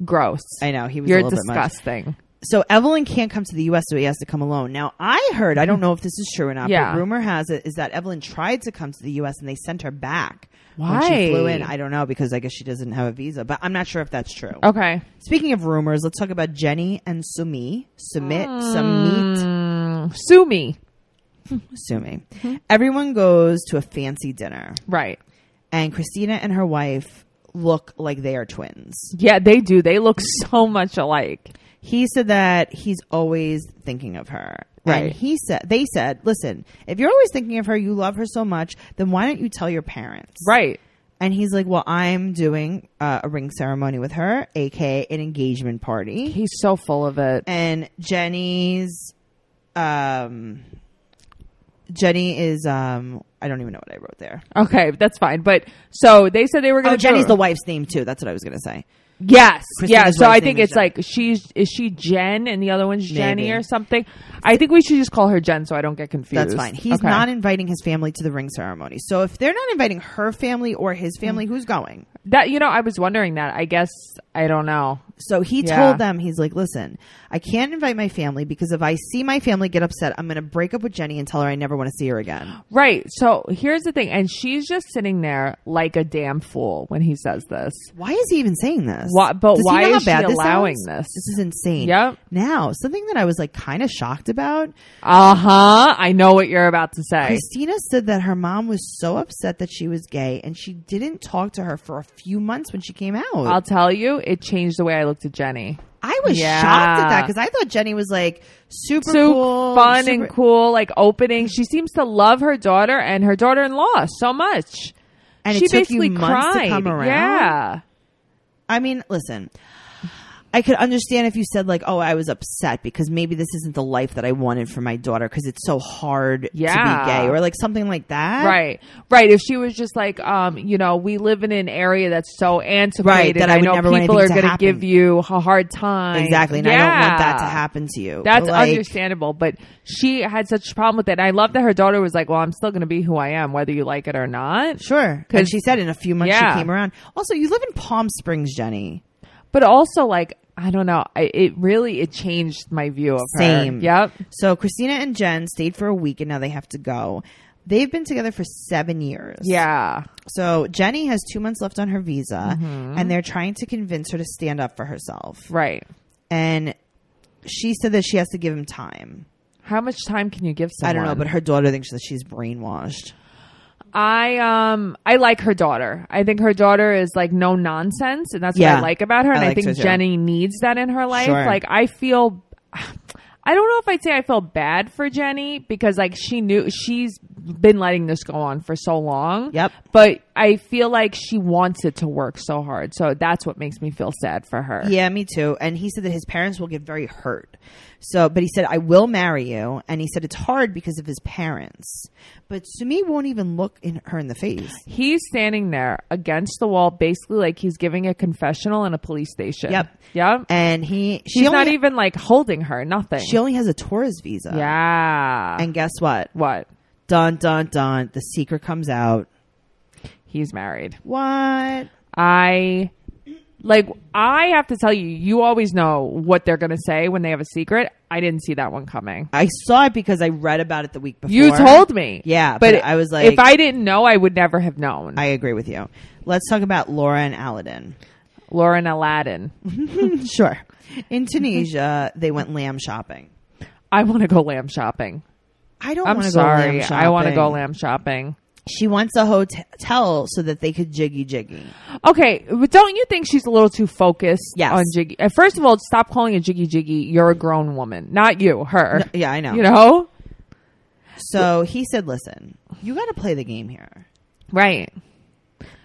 Speaker 2: Gross.
Speaker 1: I know he was. a
Speaker 2: You're
Speaker 1: little bit much.
Speaker 2: disgusting.
Speaker 1: so Evelyn can't come to the U.S., so he has to come alone. Now, I heard, I don't know if this is true or not,
Speaker 2: Yeah.
Speaker 1: but rumor has it is that Evelyn tried to come to the U.S. and they sent her back when she
Speaker 2: Why?
Speaker 1: flew in. I don't know because I guess she doesn't have a visa, but I'm not sure if that's true.
Speaker 2: Okay.
Speaker 1: Speaking of rumors, let's talk about Jenny and Sumi. Submit,
Speaker 2: Mm.
Speaker 1: submit,
Speaker 2: Sue me.
Speaker 1: Sumi.
Speaker 2: Mm-hmm.
Speaker 1: Everyone goes to a fancy dinner,
Speaker 2: Right.
Speaker 1: and Christina and her wife look like they are twins.
Speaker 2: Yeah, they do. They look so much alike.
Speaker 1: He said that he's always thinking of her.
Speaker 2: Right.
Speaker 1: And he said they said, "Listen, if you're always thinking of her, you love her so much, then why don't you tell your parents?"
Speaker 2: Right.
Speaker 1: And he's like, "Well, I'm doing uh, a ring ceremony with her, aka an engagement party."
Speaker 2: He's so full of it.
Speaker 1: And Jenny's um Jenny is um I don't even know what I wrote there.
Speaker 2: Okay, that's fine. But so they said they were going
Speaker 1: Oh,
Speaker 2: to
Speaker 1: Jenny's the wife's name too. That's what I was going to say.
Speaker 2: Yes.
Speaker 1: Christina's
Speaker 2: yeah. So I
Speaker 1: wife's
Speaker 2: think
Speaker 1: name is
Speaker 2: it's like she's is she Jen and the other one's Jenny
Speaker 1: Maybe.
Speaker 2: or something. I think we should just call her Jen so I don't get confused.
Speaker 1: That's fine. He's
Speaker 2: Okay.
Speaker 1: not inviting his family to the ring ceremony. So if they're not inviting her family or his family,
Speaker 2: Mm.
Speaker 1: who's going?
Speaker 2: that you know, I was wondering that. I guess I don't know.
Speaker 1: So he
Speaker 2: Yeah.
Speaker 1: told them, he's like, listen, I can't invite my family because if I see my family get upset, I'm going to break up with Jenny and tell her I never want to see her again.
Speaker 2: Right. So here's the thing, and she's just sitting there like a damn fool when he says this.
Speaker 1: Why is he even saying this?
Speaker 2: Why- but
Speaker 1: he
Speaker 2: why
Speaker 1: know how
Speaker 2: is she
Speaker 1: bad this
Speaker 2: allowing
Speaker 1: sounds?
Speaker 2: this?
Speaker 1: This is insane.
Speaker 2: Yep.
Speaker 1: Now, something that I was like kind of shocked about,
Speaker 2: Uh huh. I know what you're about to say.
Speaker 1: Christina said that her mom was so upset that she was gay and she didn't talk to her for a few months when she came out.
Speaker 2: I'll tell you, it changed the way I looked at Jenny.
Speaker 1: I was
Speaker 2: Yeah.
Speaker 1: shocked at that because I thought Jenny was like super
Speaker 2: so
Speaker 1: cool,
Speaker 2: fun
Speaker 1: super-
Speaker 2: and cool, like opening. She seems to love her daughter and her daughter in law so much.
Speaker 1: And
Speaker 2: she
Speaker 1: it took you
Speaker 2: basically
Speaker 1: months to
Speaker 2: cried.
Speaker 1: come around?
Speaker 2: Yeah.
Speaker 1: I mean, listen, I could understand if you said like, "Oh, I was upset because maybe this isn't the life that I wanted for my daughter because it's so hard
Speaker 2: Yeah.
Speaker 1: to be gay," or like something like that.
Speaker 2: Right, right. If she was just like, um, you know, we live in an area that's so antiquated.
Speaker 1: Right, that I
Speaker 2: I
Speaker 1: would
Speaker 2: know
Speaker 1: never want
Speaker 2: people are
Speaker 1: anything to
Speaker 2: going to
Speaker 1: happen.
Speaker 2: give you a hard time.
Speaker 1: Exactly, and I don't want that to
Speaker 2: Yeah.
Speaker 1: happen to you.
Speaker 2: That's
Speaker 1: Like,
Speaker 2: understandable, but she had such a problem with it. And I love that her daughter was like, "Well, I'm still going to be who I am, whether you like it or not."
Speaker 1: Sure, and
Speaker 2: 'Cause-
Speaker 1: she said in a few months
Speaker 2: Yeah.
Speaker 1: she came around. Also, you live in Palm Springs, Jenny.
Speaker 2: But also, like, I don't know. I, it really it changed my view of
Speaker 1: Same.
Speaker 2: her. Yep.
Speaker 1: So Christina and Jen stayed for a week, and now they have to go. They've been together for seven years.
Speaker 2: Yeah.
Speaker 1: So Jenny has two months left on her visa,
Speaker 2: Mm-hmm.
Speaker 1: and they're trying to convince her to stand up for herself.
Speaker 2: Right.
Speaker 1: and she said that she has to give him time.
Speaker 2: How much time can you give someone?
Speaker 1: I don't know, but her daughter thinks that she's brainwashed.
Speaker 2: I um I like her daughter. I think her daughter is like no nonsense, and that's what
Speaker 1: Yeah.
Speaker 2: I like about her.
Speaker 1: I
Speaker 2: And I,
Speaker 1: like her
Speaker 2: think
Speaker 1: too.
Speaker 2: Jenny needs that in her life.
Speaker 1: Sure.
Speaker 2: Like I feel, I don't know if I'd say I feel bad for Jenny because like she knew she's been letting this go on for so long.
Speaker 1: Yep.
Speaker 2: But I feel like she wants it to work so hard, so that's what makes me feel sad for her.
Speaker 1: Yeah, me too. And he said that his parents will get very hurt. So, but he said, I will marry you. And he said it's hard because of his parents. But Sumi won't even look in her in the face.
Speaker 2: He's standing there against the wall, basically like he's giving a confessional in a police station.
Speaker 1: Yep.
Speaker 2: Yep.
Speaker 1: And he, she
Speaker 2: She's
Speaker 1: only,
Speaker 2: not even like holding her. Nothing.
Speaker 1: she only has a tourist visa.
Speaker 2: Yeah.
Speaker 1: And guess what?
Speaker 2: what?
Speaker 1: Dun, dun, dun. The secret comes out.
Speaker 2: He's married.
Speaker 1: What?
Speaker 2: I like I have to tell you, you always know what they're going to say when they have a secret. I didn't see that one coming.
Speaker 1: I saw it because I read about it the week before.
Speaker 2: You told me.
Speaker 1: Yeah,
Speaker 2: But,
Speaker 1: but I was like-
Speaker 2: if I didn't know, I would never have known.
Speaker 1: I agree with you. Let's talk about Laura and Aladdin.
Speaker 2: Lauren Aladdin.
Speaker 1: Sure. In
Speaker 2: Mm-hmm.
Speaker 1: Tunisia, they went lamb shopping.
Speaker 2: I want to go lamb shopping.
Speaker 1: I don't
Speaker 2: I'm
Speaker 1: want to go lamb
Speaker 2: sorry.
Speaker 1: shopping.
Speaker 2: I want to go lamb shopping.
Speaker 1: She wants a hotel so that they could jiggy jiggy.
Speaker 2: Okay, but don't you think she's a little too focused
Speaker 1: Yes.
Speaker 2: on Jiggy? uh, First of all, stop calling it Jiggy Jiggy. You're a grown woman, not you, her.
Speaker 1: No, yeah, I know.
Speaker 2: You know?
Speaker 1: So he said, "Listen, you got to play the game here.
Speaker 2: Right.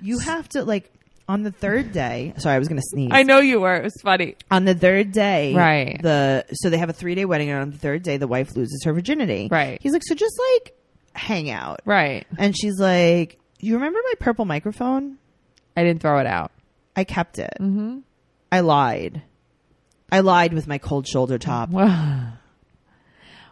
Speaker 1: You have to like on the third day. Sorry, I was going to sneeze.
Speaker 2: I know you were. It was funny.
Speaker 1: on the third day,
Speaker 2: Right.
Speaker 1: The so they have a three day wedding, and on the third day, the wife loses her virginity.
Speaker 2: Right.
Speaker 1: He's like, so just like hang out,
Speaker 2: Right.
Speaker 1: and she's like, you remember my purple microphone?
Speaker 2: I didn't throw it out.
Speaker 1: I kept it. Mm-hmm. I lied. I lied with my cold shoulder top.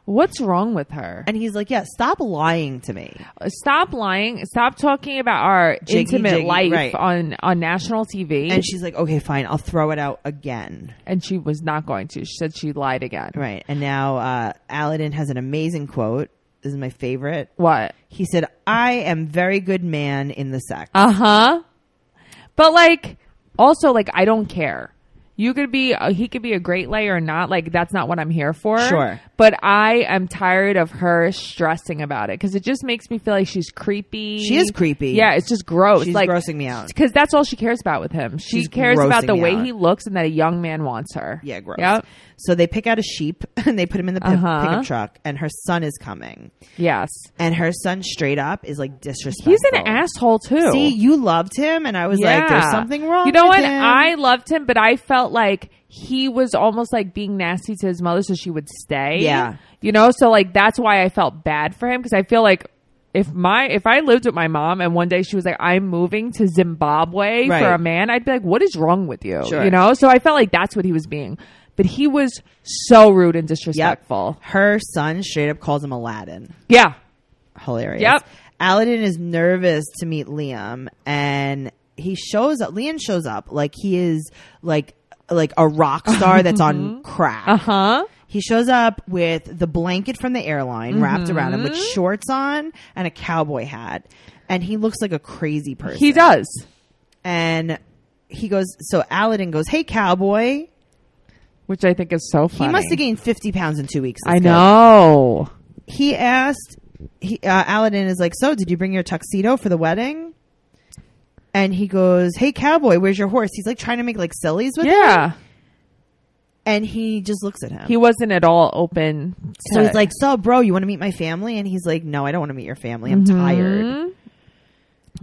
Speaker 2: What's wrong with her?
Speaker 1: And he's like, yeah, stop lying to me.
Speaker 2: Stop lying. Stop talking about our
Speaker 1: Jiggy,
Speaker 2: intimate
Speaker 1: jiggy,
Speaker 2: life
Speaker 1: right.
Speaker 2: on, on national TV.
Speaker 1: And she's like, okay, fine, I'll throw it out again.
Speaker 2: And she was not going to. She said she lied again.
Speaker 1: Right. And now uh, Aladdin has an amazing quote. This is my favorite.
Speaker 2: What?
Speaker 1: He said, I am very good man in the sex.
Speaker 2: Uh huh. But like, also like, I don't care. You could be, uh, he could be a great layer or not. Like, that's not what I'm here for.
Speaker 1: Sure.
Speaker 2: But I am tired of her stressing about it because it just makes me feel like she's creepy.
Speaker 1: She is creepy.
Speaker 2: Yeah, it's just gross.
Speaker 1: She's
Speaker 2: like,
Speaker 1: grossing me out.
Speaker 2: Because that's all she cares about with him. She
Speaker 1: She's
Speaker 2: cares about
Speaker 1: grossing
Speaker 2: the
Speaker 1: me
Speaker 2: way
Speaker 1: out.
Speaker 2: he looks and that a young man wants her.
Speaker 1: yeah, gross.
Speaker 2: Yep.
Speaker 1: So they pick out a sheep and they put him in the pip-
Speaker 2: Uh-huh.
Speaker 1: pickup truck, and her son is coming.
Speaker 2: Yes.
Speaker 1: And her son straight up is like disrespectful.
Speaker 2: He's an asshole too.
Speaker 1: See, you loved him, and I was like, there's
Speaker 2: Yeah.
Speaker 1: something wrong.
Speaker 2: You know
Speaker 1: with
Speaker 2: what?
Speaker 1: him.
Speaker 2: I loved him, but I felt like he was almost like being nasty to his mother, so she would stay.
Speaker 1: Yeah.
Speaker 2: you know. So like that's why I felt bad for him because I feel like if my if I lived with my mom and one day she was like, "I'm moving to Zimbabwe
Speaker 1: Right.
Speaker 2: for a man," I'd be like, "What is wrong with you?"
Speaker 1: Sure.
Speaker 2: You know. So I felt like that's what he was being, but he was so rude and disrespectful.
Speaker 1: Her son straight up calls him Aladdin.
Speaker 2: Yeah.
Speaker 1: Hilarious.
Speaker 2: Yep.
Speaker 1: Aladdin is nervous to meet Liam and he shows up Liam shows up like he is like like a rock star that's on crack.
Speaker 2: Uh huh.
Speaker 1: He shows up with the blanket from the airline wrapped around him with
Speaker 2: Mm-hmm.
Speaker 1: shorts on and a cowboy hat. And he looks like a crazy person.
Speaker 2: He does,
Speaker 1: And he goes so Aladdin goes, Hey cowboy.
Speaker 2: which I think is so
Speaker 1: He
Speaker 2: funny.
Speaker 1: must have gained fifty pounds in two weeks. this
Speaker 2: I
Speaker 1: guy.
Speaker 2: know.
Speaker 1: he asked he, uh, Aladdin is like, "So, did you bring your tuxedo for the wedding?" And he goes, "Hey, cowboy, where's your horse?" He's like trying to make like sillies with him,
Speaker 2: Yeah.
Speaker 1: and he just looks at him.
Speaker 2: He wasn't at all open.
Speaker 1: so
Speaker 2: to-
Speaker 1: he's
Speaker 2: Mm-hmm.
Speaker 1: like, "So, bro, you want to meet my family?" And he's like, "No, I don't want to meet your family. I'm tired."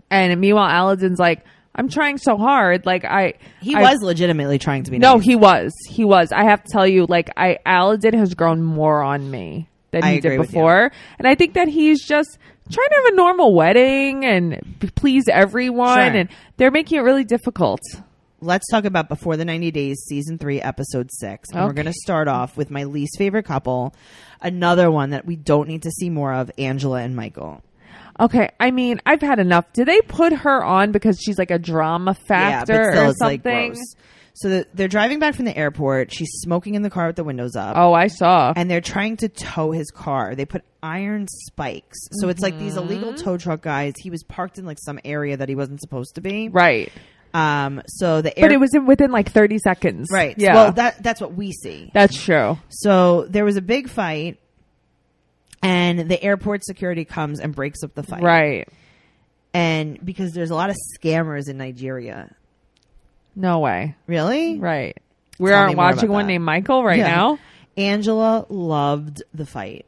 Speaker 2: And meanwhile, Aladdin's like, I'm trying so hard. Like I,
Speaker 1: He
Speaker 2: I-
Speaker 1: was legitimately trying to be
Speaker 2: No,
Speaker 1: nice.
Speaker 2: he was. He was. I have to tell you, like I, Aladdin has grown more on me than
Speaker 1: I
Speaker 2: he
Speaker 1: agree
Speaker 2: did
Speaker 1: with you.
Speaker 2: before, and I think that he's just trying to have a normal wedding and p- please everyone,
Speaker 1: Sure.
Speaker 2: and they're making it really difficult.
Speaker 1: Let's talk about Before the 90 Days, Season 3, Episode 6. And we're
Speaker 2: Okay.
Speaker 1: going to start off with my least favorite couple, another one that we don't need to see more of Angela and Michael.
Speaker 2: Okay, I mean, I've had enough. Do they put her on because she's like a drama factor or something?
Speaker 1: So the, they're driving back from the airport. She's smoking in the car with the windows up.
Speaker 2: oh, I saw.
Speaker 1: and they're trying to tow his car. They put iron spikes. So it's like these illegal
Speaker 2: Mm-hmm.
Speaker 1: tow truck guys. He was parked in like some area that he wasn't supposed to be.
Speaker 2: right,
Speaker 1: Um so the air
Speaker 2: but it was in, within like thirty seconds.
Speaker 1: right.
Speaker 2: Yeah.
Speaker 1: Well, that that's what we see.
Speaker 2: that's true.
Speaker 1: So there was a big fight and the airport security comes and breaks up the fight.
Speaker 2: Right.
Speaker 1: And because there's a lot of scammers in Nigeria.
Speaker 2: No way.
Speaker 1: Really?
Speaker 2: Right. We
Speaker 1: Tell me
Speaker 2: aren't
Speaker 1: more
Speaker 2: watching
Speaker 1: about
Speaker 2: one
Speaker 1: that.
Speaker 2: named Michael right
Speaker 1: Yeah.
Speaker 2: now.
Speaker 1: Angela loved the fight.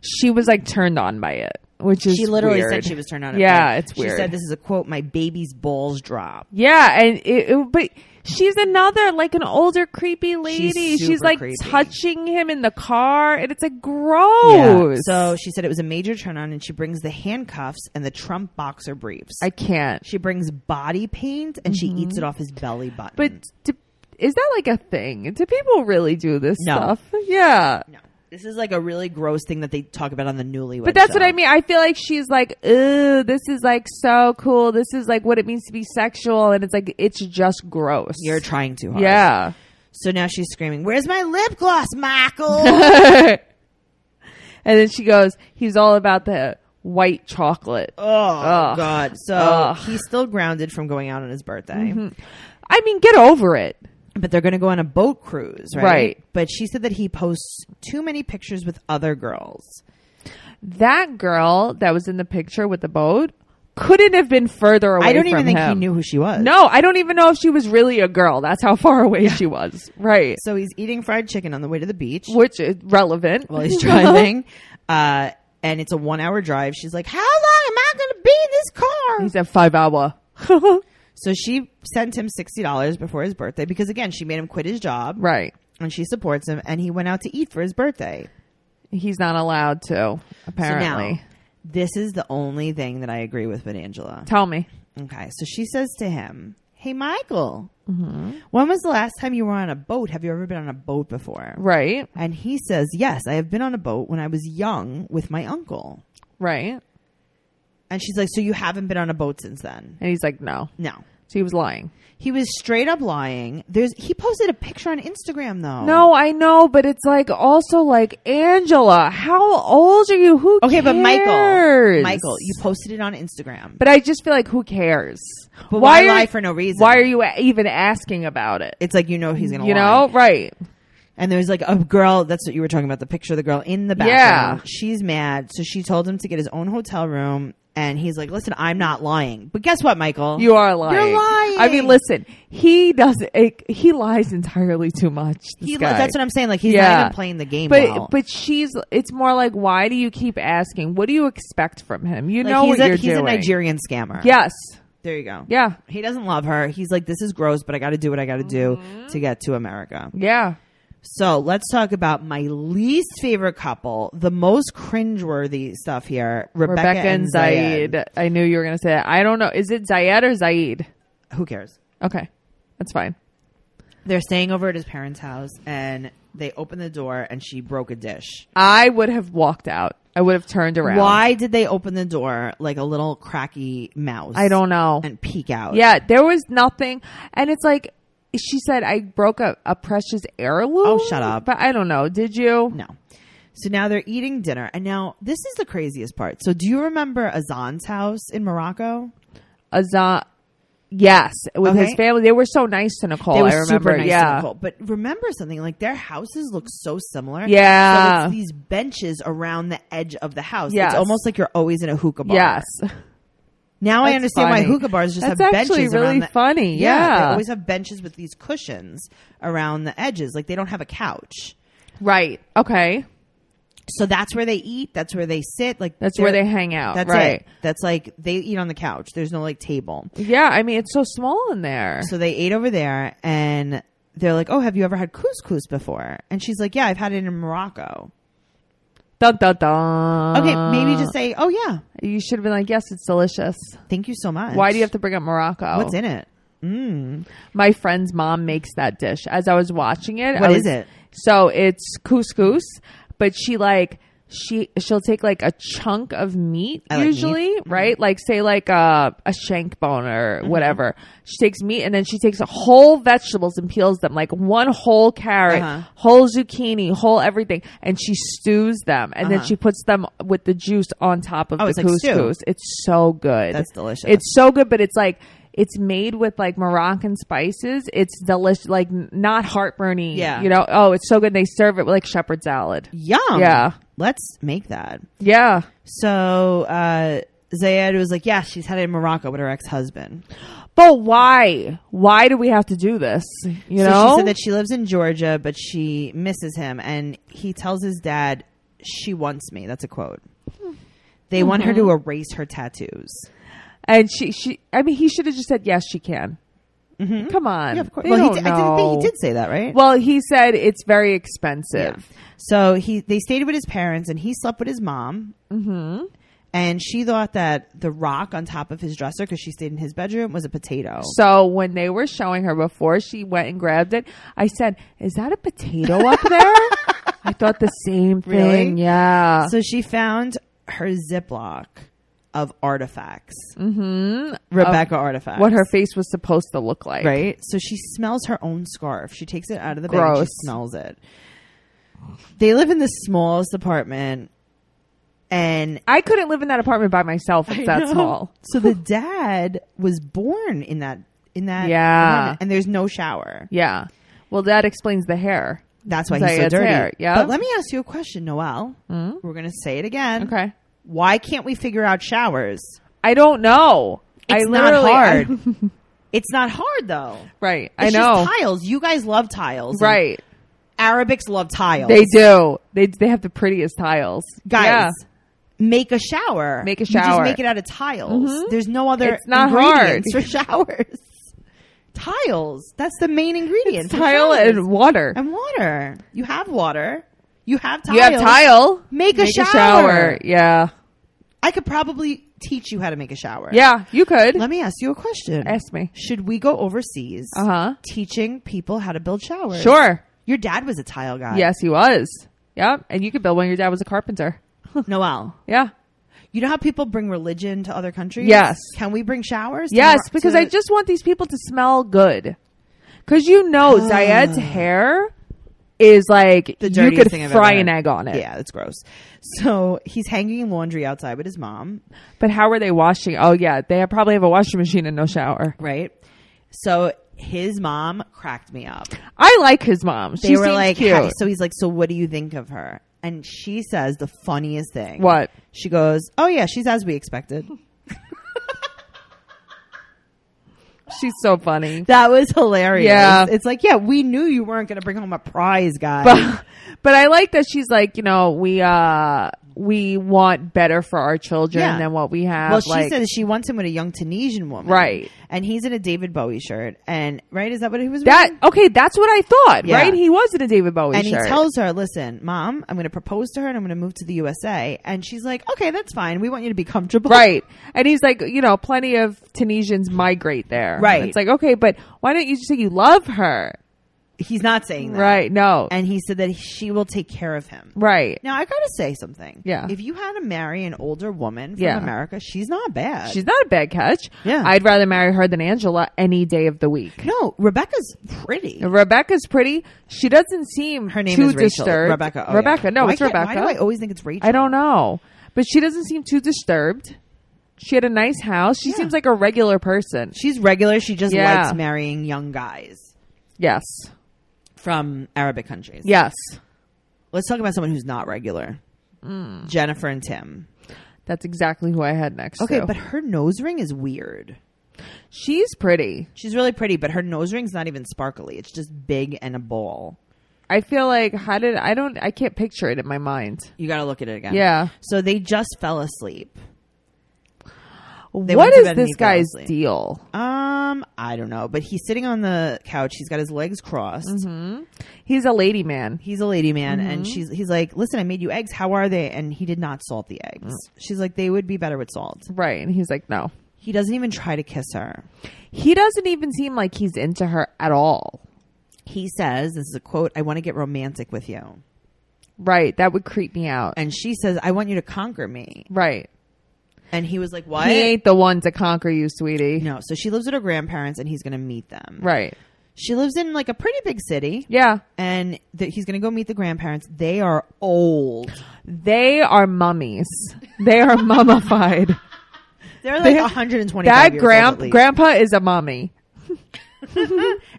Speaker 2: She was like turned on by it, which is
Speaker 1: She literally
Speaker 2: weird.
Speaker 1: said she was turned on. at
Speaker 2: Yeah,
Speaker 1: first.
Speaker 2: it's
Speaker 1: she
Speaker 2: weird.
Speaker 1: said this is a quote. My baby's balls drop.
Speaker 2: Yeah, and it, it- but she's another like an older creepy lady.
Speaker 1: super
Speaker 2: like
Speaker 1: creepy.
Speaker 2: touching him in the car, and it's like gross.
Speaker 1: So she said it was a major turn on, and she brings the handcuffs and the Trump boxer briefs.
Speaker 2: I can't.
Speaker 1: she brings body paint and she eats it off his belly button.
Speaker 2: But do, is that like a thing? Do people really do this
Speaker 1: No.
Speaker 2: stuff? Yeah.
Speaker 1: no, this is like a really gross thing that they talk about on the Newlywed.
Speaker 2: But that's
Speaker 1: show.
Speaker 2: what I mean. I feel like she's like, ooh, this is like so cool. This is like what it means to be sexual, and it's like it's just gross.
Speaker 1: You're trying too hard.
Speaker 2: yeah.
Speaker 1: So now she's screaming, "Where's my lip gloss, Michael?"
Speaker 2: And then she goes, he's all about the white chocolate.
Speaker 1: oh God. So
Speaker 2: Ugh. Mm-hmm.
Speaker 1: he's still grounded from going out on his birthday.
Speaker 2: I mean, get over it.
Speaker 1: but they're going to go on a boat cruise, right?
Speaker 2: Right.
Speaker 1: But she said that he posts too many pictures with other girls.
Speaker 2: That girl that was in the picture with the boat couldn't have been further away.
Speaker 1: I don't even
Speaker 2: from
Speaker 1: think he
Speaker 2: him.
Speaker 1: knew who she was.
Speaker 2: No, I don't even know if she was really a girl. That's how far away she was. Right.
Speaker 1: So he's eating fried chicken on the way to the beach
Speaker 2: Which is relevant.
Speaker 1: while he's driving. uh, and it's a one hour drive. She's like, How long am I going to be in this car?
Speaker 2: he said five hour.
Speaker 1: So she sent him $60 before his birthday because, again, she made him quit his job
Speaker 2: right.
Speaker 1: and she supports him. And he went out to eat for his birthday.
Speaker 2: He's not allowed to, apparently.
Speaker 1: So now, this is the only thing that I agree with with Angela.
Speaker 2: Tell me.
Speaker 1: Okay, so she says to him, "Hey, Michael,
Speaker 2: Mm-hmm.
Speaker 1: when was the last time you were on a boat? Have you ever been on a boat before?"
Speaker 2: Right.
Speaker 1: And he says, "Yes, I have been on a boat when I was young with my uncle."
Speaker 2: Right.
Speaker 1: And she's like, "So you haven't been on a boat since then?"
Speaker 2: And he's like, no.
Speaker 1: No.
Speaker 2: So he was lying.
Speaker 1: He was straight up lying. There's he posted a picture on Instagram though.
Speaker 2: No, I know, but it's like also like Angela. How old are you? Who
Speaker 1: Okay, but Michael,
Speaker 2: cares?
Speaker 1: Michael, you posted it on Instagram.
Speaker 2: But I just feel like who cares?
Speaker 1: But why lie for no reason?
Speaker 2: Why are you a- even asking about it?
Speaker 1: it's like you know he's gonna
Speaker 2: You
Speaker 1: lie.
Speaker 2: know, right?
Speaker 1: And there's like a girl, that's what you were talking about, the picture of the girl in the background. Yeah. She's mad. So she told him to get his own hotel room. And he's like, listen, I'm not lying. But guess what, Michael?
Speaker 2: You are lying.
Speaker 1: You're lying.
Speaker 2: I mean, listen, he doesn't. It, he lies entirely too much. This
Speaker 1: He,
Speaker 2: guy.
Speaker 1: that's what I'm saying. Like, he's
Speaker 2: Yeah.
Speaker 1: not even playing the game
Speaker 2: But
Speaker 1: well.
Speaker 2: but she's. It's more like, why do you keep asking? What do you expect from him? You
Speaker 1: Like,
Speaker 2: know
Speaker 1: he's,
Speaker 2: what
Speaker 1: a,
Speaker 2: you're
Speaker 1: he's
Speaker 2: doing.
Speaker 1: a Nigerian scammer.
Speaker 2: Yes.
Speaker 1: There you go.
Speaker 2: Yeah.
Speaker 1: He doesn't love her. He's like, this is gross, but I got to do what I got to do to get to America.
Speaker 2: Yeah.
Speaker 1: So let's talk about my least favorite couple, the most cringeworthy stuff here Rebecca,
Speaker 2: Rebecca, and Zaid. I knew you were going to say that. I don't know. Is it Zayed or Zaid?
Speaker 1: Who cares?
Speaker 2: Okay. That's fine.
Speaker 1: they're staying over at his parents' house and they opened the door and she broke a dish.
Speaker 2: I would have walked out. I would have turned around.
Speaker 1: Why did they open the door like a little cracky mouse?
Speaker 2: I don't know.
Speaker 1: And peek out.
Speaker 2: yeah, there was nothing. And it's like, she said, I broke a, a precious heirloom.
Speaker 1: Oh, shut up.
Speaker 2: But I don't know. Did you?
Speaker 1: No. So now they're eating dinner. And now this is the craziest part. So do you remember Azan's house in Morocco?
Speaker 2: Azan. Yes. With his
Speaker 1: Okay.
Speaker 2: family. They were so nice to Nicole.
Speaker 1: They were
Speaker 2: Oh, I remember.
Speaker 1: super nice
Speaker 2: yeah.
Speaker 1: to Nicole. But remember something, like their houses look so similar.
Speaker 2: Yeah.
Speaker 1: So it's these benches around the edge of the house.
Speaker 2: Yes.
Speaker 1: It's almost like you're always in a hookah bar.
Speaker 2: Yes.
Speaker 1: Now I
Speaker 2: That's
Speaker 1: understand why
Speaker 2: funny.
Speaker 1: hookah bars just
Speaker 2: That's
Speaker 1: have benches
Speaker 2: actually really
Speaker 1: around the
Speaker 2: funny.
Speaker 1: they
Speaker 2: Yeah.
Speaker 1: always have benches with these cushions around the edges. Like they don't have a couch.
Speaker 2: Right. Okay.
Speaker 1: So that's where they eat. That's where they sit. Like
Speaker 2: That's where
Speaker 1: they're-
Speaker 2: they hang out,
Speaker 1: That's
Speaker 2: right.
Speaker 1: it. That's like they eat on the couch. There's no like table.
Speaker 2: Yeah, I mean it's so small in there.
Speaker 1: So they ate over there and they're like, "Oh, have you ever had couscous before?" And she's like, "Yeah, I've had it in Morocco."
Speaker 2: Dun dun dun.
Speaker 1: Okay,
Speaker 2: Uh.
Speaker 1: maybe just say, "Oh yeah,
Speaker 2: you should have been like, yes, it's delicious.
Speaker 1: thank you so much."
Speaker 2: Why do you have to bring up Morocco?
Speaker 1: What's in it? Mm.
Speaker 2: My friend's mom makes that dish. As I was watching it,
Speaker 1: What
Speaker 2: I
Speaker 1: is
Speaker 2: was-
Speaker 1: it?
Speaker 2: So it's couscous, but she like she she'll take like a chunk of meat
Speaker 1: I like meat. Mm-hmm.
Speaker 2: usually, right? Like say like a a shank bone or whatever. She takes meat and then she takes whole vegetables and peels them like one whole carrot,
Speaker 1: Uh-huh.
Speaker 2: whole zucchini, whole everything, and she stews them and
Speaker 1: Uh-huh.
Speaker 2: then she puts them with the juice on top of
Speaker 1: Oh,
Speaker 2: the
Speaker 1: it's like stew.
Speaker 2: couscous. It's so good.
Speaker 1: That's delicious.
Speaker 2: It's so good, but it's like it's made with like Moroccan spices. It's delicious, like n- not heartburny.
Speaker 1: Yeah.
Speaker 2: you know. Oh, it's so good. They serve it with like shepherd salad.
Speaker 1: Yum.
Speaker 2: Yeah.
Speaker 1: Let's make that.
Speaker 2: Yeah.
Speaker 1: So uh Zayed was like, "Yeah, she's had it in Morocco with her ex-husband."
Speaker 2: But why? Why do we have to do this? You
Speaker 1: so
Speaker 2: know.
Speaker 1: she said that she lives in Georgia, but she misses him, and he tells his dad, "She wants me." That's a quote. They want her to erase her tattoos.
Speaker 2: and she, she. I mean, he should have just said yes. She can.
Speaker 1: Mm-hmm.
Speaker 2: Come on. They
Speaker 1: Well,
Speaker 2: don't
Speaker 1: he, d- I didn't
Speaker 2: know.
Speaker 1: think he did say that, right?
Speaker 2: Well, he said it's very
Speaker 1: Yeah.
Speaker 2: expensive.
Speaker 1: So he they stayed with his parents, and he slept with his mom. Mm-hmm. And she thought that the rock on top of his dresser, because she stayed in his bedroom, was a potato.
Speaker 2: So when they were showing her before she went and grabbed it, I said, "Is that a potato up there?" I thought the same thing.
Speaker 1: Really?
Speaker 2: Yeah.
Speaker 1: So she found her Ziploc of artifacts. Mm-hmm. Rebecca artifacts.
Speaker 2: what her face was supposed to look like.
Speaker 1: right? So she smells her own scarf. She takes it out of the bag. And she
Speaker 2: Gross.
Speaker 1: smells it. They live in the smallest apartment, and
Speaker 2: I couldn't live in that apartment by myself if that's all.
Speaker 1: So the dad was born in that in that
Speaker 2: Yeah.
Speaker 1: apartment, and there's no shower.
Speaker 2: Yeah. Well, that explains the hair.
Speaker 1: That's why
Speaker 2: It's
Speaker 1: he's
Speaker 2: like
Speaker 1: so
Speaker 2: it's
Speaker 1: dirty.
Speaker 2: hair, yeah. Hmm?
Speaker 1: But let me ask you a question, Noelle. We're gonna say it again.
Speaker 2: Okay.
Speaker 1: Why can't we figure out showers?
Speaker 2: I don't know.
Speaker 1: It's
Speaker 2: I
Speaker 1: not
Speaker 2: literally-
Speaker 1: hard. it's not hard though.
Speaker 2: right. I
Speaker 1: It's
Speaker 2: know.
Speaker 1: Just tiles. You guys love tiles. and
Speaker 2: Right.
Speaker 1: Arabics love tiles.
Speaker 2: They do. They they have the prettiest tiles.
Speaker 1: guys.
Speaker 2: Yeah.
Speaker 1: Make a shower.
Speaker 2: Make a
Speaker 1: You
Speaker 2: shower. Mm-hmm.
Speaker 1: just make it out of tiles. There's no other
Speaker 2: It's not
Speaker 1: ingredients
Speaker 2: hard.
Speaker 1: for showers. tiles. That's the main ingredient. for
Speaker 2: Tile
Speaker 1: showers.
Speaker 2: and water.
Speaker 1: and water. You have water. You have tiles.
Speaker 2: You have tile.
Speaker 1: Make a shower.
Speaker 2: Yeah.
Speaker 1: I could probably teach you how to make a shower.
Speaker 2: Yeah. You could.
Speaker 1: Let me ask you a question.
Speaker 2: Ask me.
Speaker 1: Should we go overseas
Speaker 2: Uh-huh.
Speaker 1: teaching people how to build showers?
Speaker 2: Sure.
Speaker 1: Your dad was a tile guy.
Speaker 2: Yes, he was. Yep. And you could build one. Your dad was a carpenter.
Speaker 1: Noel.
Speaker 2: Yeah.
Speaker 1: You know how people bring religion to other countries?
Speaker 2: Yes.
Speaker 1: Can we bring showers? to
Speaker 2: Yes,
Speaker 1: Mor-
Speaker 2: because
Speaker 1: to-
Speaker 2: I just want these people to smell good. Because you know, Zayed's hair is like
Speaker 1: Ah. the
Speaker 2: you
Speaker 1: dirtiest
Speaker 2: could
Speaker 1: thing I've
Speaker 2: fry
Speaker 1: ever
Speaker 2: an
Speaker 1: heard.
Speaker 2: egg on it.
Speaker 1: Yeah, it's gross. So he's hanging laundry outside with his mom,
Speaker 2: But how are they washing? Oh yeah, they probably have a washing machine and no shower.
Speaker 1: right? So his mom cracked me up.
Speaker 2: I like his mom. She
Speaker 1: They were
Speaker 2: seems
Speaker 1: like,
Speaker 2: cute.
Speaker 1: "Hi." so he's like, so what do you think of her? And she says the funniest thing.
Speaker 2: What?
Speaker 1: She goes, oh yeah, she's as we expected.
Speaker 2: She's so funny.
Speaker 1: That was hilarious.
Speaker 2: Yeah.
Speaker 1: It's like, yeah, we knew you weren't going to bring home a prize, guy.
Speaker 2: But but I like that she's like you know we uh we want better for our children
Speaker 1: Yeah.
Speaker 2: than what we have.
Speaker 1: Well, she
Speaker 2: like,
Speaker 1: says she wants him with a young Tunisian woman,
Speaker 2: Right.
Speaker 1: And he's in a David Bowie shirt, and right is that what he was?
Speaker 2: that
Speaker 1: wearing?
Speaker 2: okay. That's what I thought.
Speaker 1: Yeah.
Speaker 2: Right? He was in a David Bowie
Speaker 1: and
Speaker 2: shirt.
Speaker 1: he tells her, "Listen, mom, I'm going to propose to her, and I'm going to move to the USA." And she's like, "Okay, that's fine. We want you to be comfortable,
Speaker 2: Right. And he's like, you know, plenty of Tunisians migrate there.
Speaker 1: Right.
Speaker 2: It's like, okay, but why don't you just say you love her?
Speaker 1: He's not saying that,
Speaker 2: Right. No.
Speaker 1: And he said that she will take care of him.
Speaker 2: right.
Speaker 1: Now I gotta say something.
Speaker 2: Yeah.
Speaker 1: if you had to marry an older woman from
Speaker 2: Yeah.
Speaker 1: America, she's not bad.
Speaker 2: She's not a bad catch.
Speaker 1: Yeah.
Speaker 2: I'd rather marry her than Angela any day of the week.
Speaker 1: no, Rebecca's pretty.
Speaker 2: Rebecca's pretty. She doesn't seem
Speaker 1: Her name
Speaker 2: too
Speaker 1: is Rachel.
Speaker 2: disturbed.
Speaker 1: Rebecca. Oh,
Speaker 2: Rebecca.
Speaker 1: yeah.
Speaker 2: No,
Speaker 1: Why
Speaker 2: it's
Speaker 1: can't-
Speaker 2: Rebecca.
Speaker 1: Why do I always think it's Rachel?
Speaker 2: I don't know. But she doesn't seem too disturbed. She had a nice house. She
Speaker 1: Yeah.
Speaker 2: seems like a regular person.
Speaker 1: She's regular. She just
Speaker 2: Yeah.
Speaker 1: likes marrying young guys
Speaker 2: Yes.
Speaker 1: from Arabic countries.
Speaker 2: Yes.
Speaker 1: Let's talk about someone who's not regular. Jennifer and Tim.
Speaker 2: That's exactly who I had next.
Speaker 1: Okay,
Speaker 2: to.
Speaker 1: but her nose ring is weird.
Speaker 2: she's pretty.
Speaker 1: She's really pretty, but her nose ring's not even sparkly. It's just big and a ball.
Speaker 2: I feel like how did I don't I can't picture it in my mind.
Speaker 1: You got to look at it again.
Speaker 2: Yeah.
Speaker 1: So they just fell asleep. They went
Speaker 2: what
Speaker 1: to
Speaker 2: is
Speaker 1: bed and
Speaker 2: this
Speaker 1: he fell
Speaker 2: guy's
Speaker 1: asleep.
Speaker 2: deal?
Speaker 1: Um, I don't know, but he's sitting on the couch. He's got his legs crossed.
Speaker 2: He's a lady man.
Speaker 1: He's a lady man, and
Speaker 2: Mm-hmm.
Speaker 1: she's he's like, "Listen, I made you eggs. How are they?" And he did not salt the eggs.
Speaker 2: Mm.
Speaker 1: She's like, "They would be better with salt."
Speaker 2: Right. And he's like, no.
Speaker 1: He doesn't even try to kiss her.
Speaker 2: He doesn't even seem like he's into her at all.
Speaker 1: He says, "This is a quote. I want to get romantic with you,"
Speaker 2: Right. That would creep me out.
Speaker 1: and she says, "I want you to conquer me."
Speaker 2: Right.
Speaker 1: And he was like, "What?"
Speaker 2: He ain't the one to conquer you, sweetie.
Speaker 1: no. So she lives with her grandparents, and he's going to meet them.
Speaker 2: Right.
Speaker 1: She lives in like a pretty big city.
Speaker 2: Yeah.
Speaker 1: And th- he's going to go meet the grandparents. They are old.
Speaker 2: They are mummies. They are mummified.
Speaker 1: They're like
Speaker 2: They-
Speaker 1: 125 years
Speaker 2: that
Speaker 1: old at
Speaker 2: grand
Speaker 1: least.
Speaker 2: grandpa is a mummy.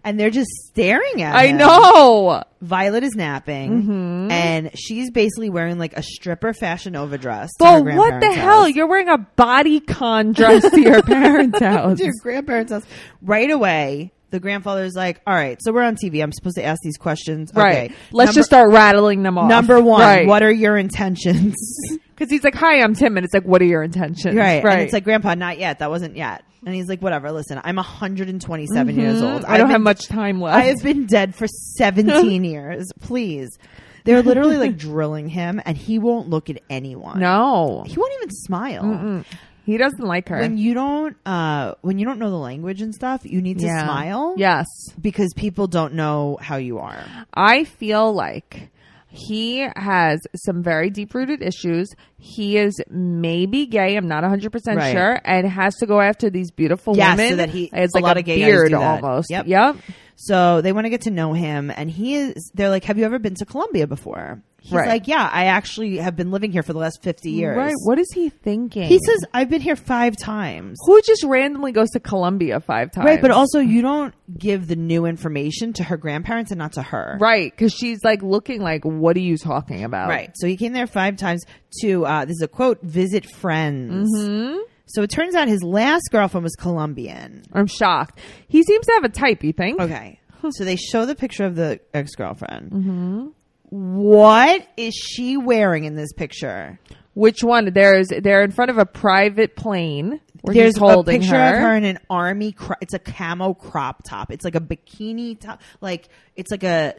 Speaker 1: and they're just staring at
Speaker 2: I
Speaker 1: him.
Speaker 2: know.
Speaker 1: Violet is napping,
Speaker 2: Mm-hmm.
Speaker 1: and she's basically wearing like a stripper fashion Nova dress. to her
Speaker 2: But what the
Speaker 1: grandparents'
Speaker 2: hell?
Speaker 1: house.
Speaker 2: You're wearing a bodycon dress to your parents' house.
Speaker 1: to your grandparents' house right away. The grandfather's like, "All right, so we're on TV. I'm supposed to ask these questions,
Speaker 2: Right.
Speaker 1: Okay.
Speaker 2: Let's
Speaker 1: Number-
Speaker 2: just start rattling them off.
Speaker 1: number one.
Speaker 2: Right.
Speaker 1: What are your intentions?
Speaker 2: Because he's like, "Hi, I'm Tim," and it's like, "What are your intentions?"
Speaker 1: right, and it's like, Grandpa, not yet. That wasn't yet. And he's like, "Whatever. Listen, I'm 127 years old.
Speaker 2: Mm-hmm. I don't
Speaker 1: I've
Speaker 2: have
Speaker 1: been-
Speaker 2: much time left.
Speaker 1: I have been dead for 17 years. Please." They're literally like drilling him, and he won't look at anyone.
Speaker 2: no,
Speaker 1: he won't even smile.
Speaker 2: he doesn't like her.
Speaker 1: when you don't uh when you don't know the language and stuff you need to
Speaker 2: Yeah.
Speaker 1: smile
Speaker 2: Yes,
Speaker 1: because people don't know how you are
Speaker 2: I feel like he has some very deep rooted issues. He is maybe gay. I'm not 100 percent
Speaker 1: Right.
Speaker 2: sure, and has to go after these beautiful
Speaker 1: Yeah, so
Speaker 2: women.
Speaker 1: that he-
Speaker 2: it's
Speaker 1: a
Speaker 2: like
Speaker 1: lot
Speaker 2: a
Speaker 1: of gay guys
Speaker 2: beard
Speaker 1: do that.
Speaker 2: almost.
Speaker 1: Yep.
Speaker 2: Yep.
Speaker 1: so they want to get to know him and he is they're like have you ever been to colombia before he's
Speaker 2: Right.
Speaker 1: like yeah i actually have been living here for the last 50 years
Speaker 2: Right. What is he thinking?
Speaker 1: he says i've been here five times
Speaker 2: "Who just randomly goes to Colombia five times?"
Speaker 1: right but also you don't give the new information to her grandparents and not to her
Speaker 2: Right, because she's like looking like, "What are you talking about?"
Speaker 1: Right. So he came there five times to, uh, this is a quote, visit friends.
Speaker 2: Mm-hmm.
Speaker 1: So it turns out his last girlfriend was Colombian.
Speaker 2: I'm shocked. He seems to have a type. You think?
Speaker 1: Okay. so they show the picture of the ex girlfriend.
Speaker 2: Mm-hmm.
Speaker 1: What is she wearing in this picture?
Speaker 2: Which one? There's they're in front of a private plane. Where
Speaker 1: There's
Speaker 2: he's holding
Speaker 1: a picture
Speaker 2: her.
Speaker 1: of her in an army. Cro- it's a camo crop top. It's like a bikini top. Like it's like a,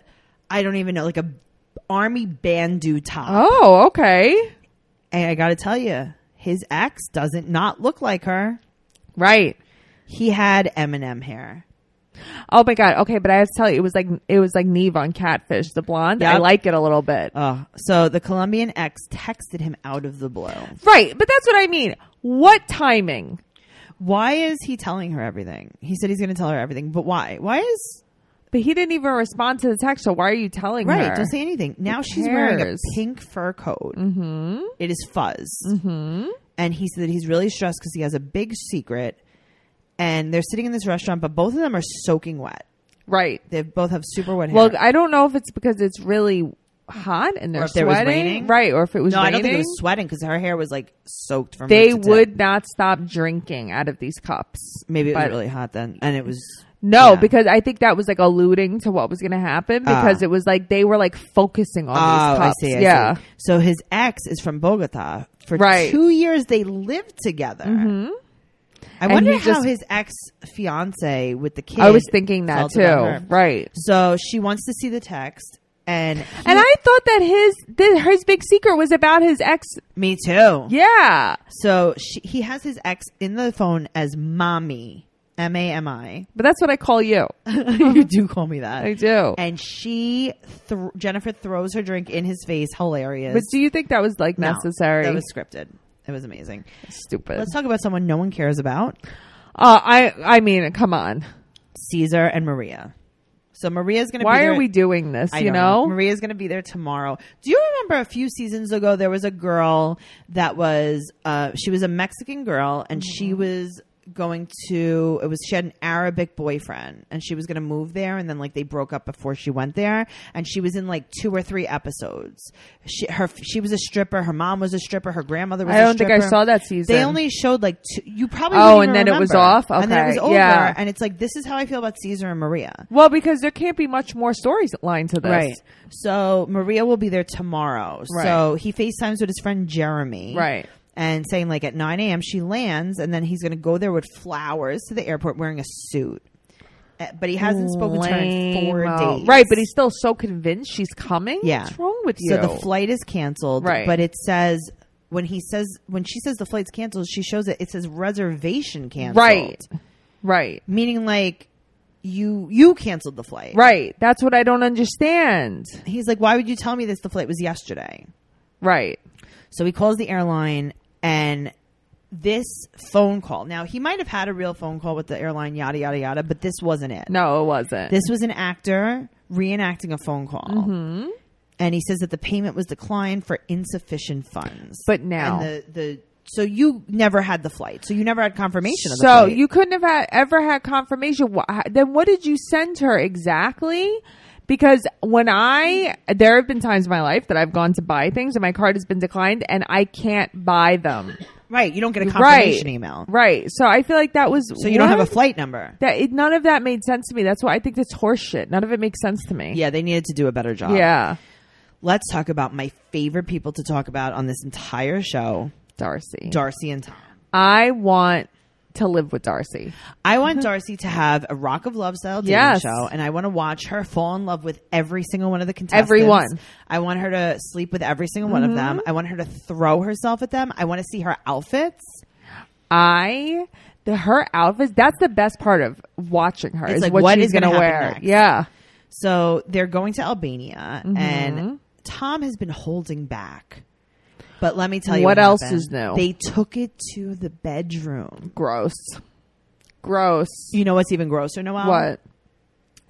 Speaker 1: I don't even know, like a army bandeau top.
Speaker 2: Oh, okay.
Speaker 1: And I got to tell you, his ex doesn't not look like her.
Speaker 2: Right.
Speaker 1: He had Eminem hair.
Speaker 2: Oh my god. Okay, but I have to tell you, it was like it was like Neve on Catfish, the blonde. I
Speaker 1: Yep.
Speaker 2: like it a little bit.
Speaker 1: Oh, so the Colombian ex texted him out of the blue.
Speaker 2: right, but that's what I mean. What timing?
Speaker 1: Why is he telling her everything? He said he's going to tell her everything, but why? Why is
Speaker 2: But he didn't even respond to the text. So why are you telling
Speaker 1: right?
Speaker 2: her?
Speaker 1: Don't say anything. Now she's wearing a
Speaker 2: cares?
Speaker 1: pink fur coat. Mm-hmm. is fuzz, mm-hmm. and he said that he's really stressed because he has a big secret. And they're sitting in this restaurant, but both of them are soaking wet.
Speaker 2: right.
Speaker 1: They both have super wet hair.
Speaker 2: Well, I don't know if it's because it's really hot and they're
Speaker 1: if there
Speaker 2: sweating,
Speaker 1: was raining?
Speaker 2: right? Or if it was
Speaker 1: no, I
Speaker 2: raining.
Speaker 1: don't think it was sweating because her hair was like soaked from. head
Speaker 2: they
Speaker 1: to tip.
Speaker 2: would not stop drinking out of these cups.
Speaker 1: Maybe it was
Speaker 2: But-
Speaker 1: really hot then, and it was
Speaker 2: No,
Speaker 1: Yeah. Ah.
Speaker 2: because I think that was like alluding to what was going to happen because it was like they were like focusing on these
Speaker 1: Oh, I
Speaker 2: cups.
Speaker 1: Ah, see, I
Speaker 2: yeah.
Speaker 1: see. So his ex is from Bogota. For
Speaker 2: Right. Mm-hmm.
Speaker 1: two years, they lived together. I
Speaker 2: And
Speaker 1: wonder
Speaker 2: he
Speaker 1: how
Speaker 2: just-
Speaker 1: his ex fiance with the kid.
Speaker 2: I was thinking that
Speaker 1: felt about her.
Speaker 2: too. Right.
Speaker 1: So she wants to see the text, and he-
Speaker 2: And I thought that his that his big secret was about his ex.
Speaker 1: me too.
Speaker 2: Yeah.
Speaker 1: So she, he has his ex in the phone as mommy, M A M I.
Speaker 2: But that's what I call you.
Speaker 1: You do call me that.
Speaker 2: I do.
Speaker 1: And she, thr Jennifer, throws her drink in his face. Hilarious.
Speaker 2: But do you think that was like
Speaker 1: No,
Speaker 2: necessary?
Speaker 1: That was scripted. It was amazing.
Speaker 2: stupid.
Speaker 1: Let's talk about someone no one cares about.
Speaker 2: Uh, I I mean, come on.
Speaker 1: Caesar and Maria. So Maria's going to be
Speaker 2: Why
Speaker 1: there.
Speaker 2: are we doing this?
Speaker 1: I
Speaker 2: you
Speaker 1: don't know.
Speaker 2: know?
Speaker 1: Maria's going to be there tomorrow. Do you remember a few seasons
Speaker 2: Mm-hmm.
Speaker 1: ago there was a girl that was uh she was a Mexican girl and she was going to it was she had an Arabic boyfriend and she was going to move there and then like they broke up before she went there and she was in like two or three episodes. She her she was a stripper, her mom was a stripper, her grandmother was
Speaker 2: I
Speaker 1: a
Speaker 2: don't think I
Speaker 1: stripper.
Speaker 2: saw that season.
Speaker 1: They only showed like two, you probably
Speaker 2: Oh,
Speaker 1: wouldn't
Speaker 2: and
Speaker 1: even
Speaker 2: then it was
Speaker 1: remember.
Speaker 2: off?
Speaker 1: And then it was
Speaker 2: Okay,
Speaker 1: over
Speaker 2: yeah.
Speaker 1: and it's like this is how I feel about Caesar and Maria.
Speaker 2: Well, because there can't be much more storyline to this.
Speaker 1: Right. So Maria will be there tomorrow. So he FaceTimes with his friend Jeremy.
Speaker 2: Right.
Speaker 1: And saying like at 9 a.m. she lands and then he's going to go there with flowers to the airport wearing a suit. Uh, But he hasn't spoken to her in four
Speaker 2: Lame-o.
Speaker 1: days.
Speaker 2: Right, but he's still so convinced she's coming.
Speaker 1: Yeah.
Speaker 2: What's wrong with you?
Speaker 1: So the flight is canceled.
Speaker 2: Right.
Speaker 1: But it says when he says when she says the flight's canceled, she shows it. It says reservation canceled.
Speaker 2: Right. Right.
Speaker 1: Meaning like you you canceled the flight.
Speaker 2: Right. That's what I don't understand.
Speaker 1: He's like, why would you tell me this? The flight was yesterday.
Speaker 2: Right.
Speaker 1: So he calls the airline and this phone call. Now he might have had a real phone call with the airline, yada yada yada, but this wasn't it.
Speaker 2: No, it wasn't.
Speaker 1: This was an actor reenacting a phone call.
Speaker 2: Mm-hmm.
Speaker 1: And he says that the payment was declined for insufficient funds.
Speaker 2: But now-
Speaker 1: and the, the so you never had the flight. So you never had confirmation of the
Speaker 2: so
Speaker 1: flight.
Speaker 2: you couldn't have had, ever had confirmation. Wha- h- Then what did you send her exactly? Because when I there have been times in my life that I've gone to buy things and my card has been declined and I can't buy them.
Speaker 1: right, you don't get a
Speaker 2: Right.
Speaker 1: confirmation email.
Speaker 2: Right. So I feel like that was
Speaker 1: So you don't have a
Speaker 2: what?
Speaker 1: flight number.
Speaker 2: that it, none of that made sense to me. That's why I think that's horseshit. None of it makes sense to me.
Speaker 1: Yeah, they needed to do a better job.
Speaker 2: Yeah.
Speaker 1: Let's talk about my favorite people to talk about on this entire show,
Speaker 2: Darcy.
Speaker 1: Darcy and Tom.
Speaker 2: I want to live with Darcy.
Speaker 1: I want Darcy to have a Rock of Love style dating
Speaker 2: Mm-hmm. Yes.
Speaker 1: show, and I want to watch her fall in love with every single one of the contestants.
Speaker 2: Everyone. Mm-hmm.
Speaker 1: I want her to sleep with every single one of them. I want her to throw herself at them. I want to see her outfits.
Speaker 2: I the her outfits. That's the best part of watching her.
Speaker 1: It's
Speaker 2: is
Speaker 1: like,
Speaker 2: what,
Speaker 1: what
Speaker 2: she's
Speaker 1: is gonna
Speaker 2: gonna
Speaker 1: happen
Speaker 2: wear.
Speaker 1: next?
Speaker 2: Yeah.
Speaker 1: So they're going to Albania,
Speaker 2: Mm-hmm.
Speaker 1: and Tom has been holding back. But let me tell you
Speaker 2: What
Speaker 1: what,
Speaker 2: else
Speaker 1: happened.
Speaker 2: is new?
Speaker 1: They took it to the bedroom.
Speaker 2: Gross. Gross.
Speaker 1: You know what's even grosser, Noel?
Speaker 2: what?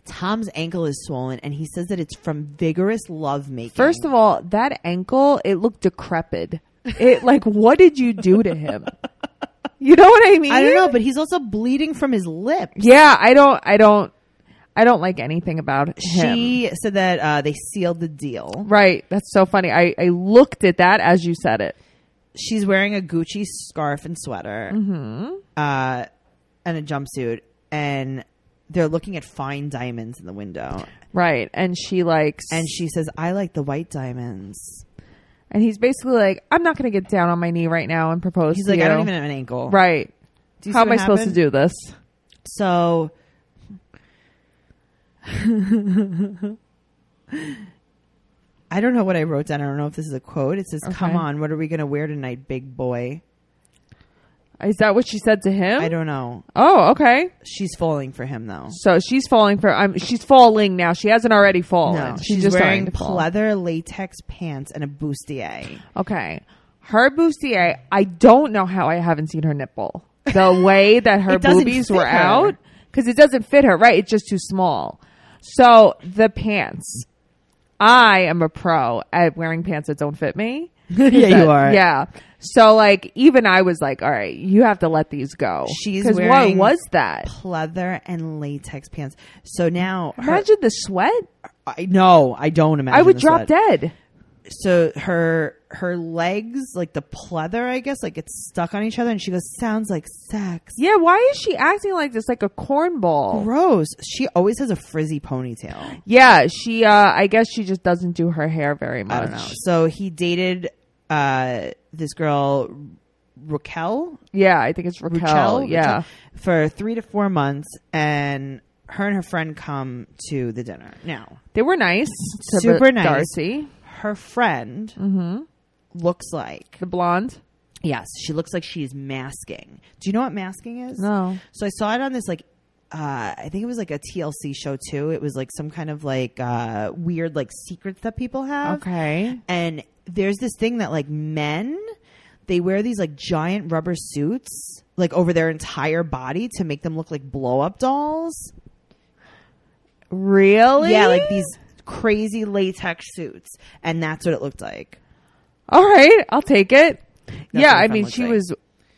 Speaker 1: Tom's ankle is swollen, and he says that it's from vigorous love making.
Speaker 2: First of all, that ankle, it looked decrepit. It like what did you do to him? You know what I mean?
Speaker 1: I don't know, but he's also bleeding from his lip.
Speaker 2: Yeah, I don't I don't I don't like anything about him.
Speaker 1: She said that uh, they sealed the deal.
Speaker 2: Right. That's so funny. I, I looked at that as you said it.
Speaker 1: She's wearing a Gucci scarf and sweater
Speaker 2: Mm-hmm.
Speaker 1: uh, and a jumpsuit, and they're looking at fine diamonds in the window.
Speaker 2: Right. And she like
Speaker 1: And she says, I like the white diamonds.
Speaker 2: and he's basically like, I'm not gonna get down on my knee right now and propose
Speaker 1: He's
Speaker 2: to
Speaker 1: like,
Speaker 2: you.
Speaker 1: I don't even have an ankle.
Speaker 2: Right.
Speaker 1: Do you see
Speaker 2: How am I
Speaker 1: what
Speaker 2: supposed to
Speaker 1: happened?
Speaker 2: do this?
Speaker 1: So I don't know what I wrote down. I don't know if this is a quote. It says, Come
Speaker 2: Okay.
Speaker 1: on, what are we going to wear tonight, big boy?
Speaker 2: Is that what she said to him?
Speaker 1: I don't know.
Speaker 2: oh, okay.
Speaker 1: She's falling for him, though.
Speaker 2: So she's falling for. I'm. She's falling now. She hasn't already fallen.
Speaker 1: No, she's,
Speaker 2: just
Speaker 1: wearing
Speaker 2: starting to fall.
Speaker 1: pleather latex pants and a bustier.
Speaker 2: Okay, her bustier. I don't know how I haven't seen her nipple. The way that her
Speaker 1: It doesn't
Speaker 2: boobies
Speaker 1: fit
Speaker 2: were
Speaker 1: her.
Speaker 2: out because it doesn't fit her. Right, it's just too small. So the pants. I am a pro at wearing pants that don't fit me.
Speaker 1: yeah,
Speaker 2: That- Yeah. So like, even I was like, all right, you have to let these go.
Speaker 1: She's
Speaker 2: 'Cause
Speaker 1: wearing-
Speaker 2: what was that?
Speaker 1: Pleather and latex pants. So now, her,
Speaker 2: Imagine the sweat.
Speaker 1: I no, I don't imagine.
Speaker 2: I would
Speaker 1: this
Speaker 2: drop
Speaker 1: sweat.
Speaker 2: dead.
Speaker 1: So her her legs, like the pleather, I guess, like it's stuck on each other, and she goes, "Sounds like sex."
Speaker 2: Yeah, why is she acting like this, like a cornball?
Speaker 1: Gross. She always has a frizzy ponytail.
Speaker 2: Yeah, she. uh I guess she just doesn't do her hair very much.
Speaker 1: I don't know. So he dated uh, this girl, Raquel.
Speaker 2: Yeah, I think it's Raquel.
Speaker 1: Raquel,
Speaker 2: yeah,
Speaker 1: Raquel, for three to four months, and her and her friend come to the dinner. Now,
Speaker 2: they were nice. to
Speaker 1: Super
Speaker 2: Dar-
Speaker 1: nice.
Speaker 2: Darcy,
Speaker 1: her friend
Speaker 2: Mm-hmm.
Speaker 1: looks like
Speaker 2: the blonde.
Speaker 1: yes, she looks like she's masking. Do you know what masking is?
Speaker 2: No.
Speaker 1: So I saw it on this like. Uh, I think it was like a TLC show too. It was like some kind of like uh, weird like secrets that people have.
Speaker 2: Okay.
Speaker 1: and there's this thing that like men they wear these like giant rubber suits like over their entire body to make them look like blow up dolls
Speaker 2: Really?
Speaker 1: yeah like these crazy latex suits and that's what it looked like
Speaker 2: All right, I'll take it.
Speaker 1: That's
Speaker 2: yeah,
Speaker 1: what
Speaker 2: I
Speaker 1: my
Speaker 2: mean,
Speaker 1: friend
Speaker 2: she
Speaker 1: looked
Speaker 2: was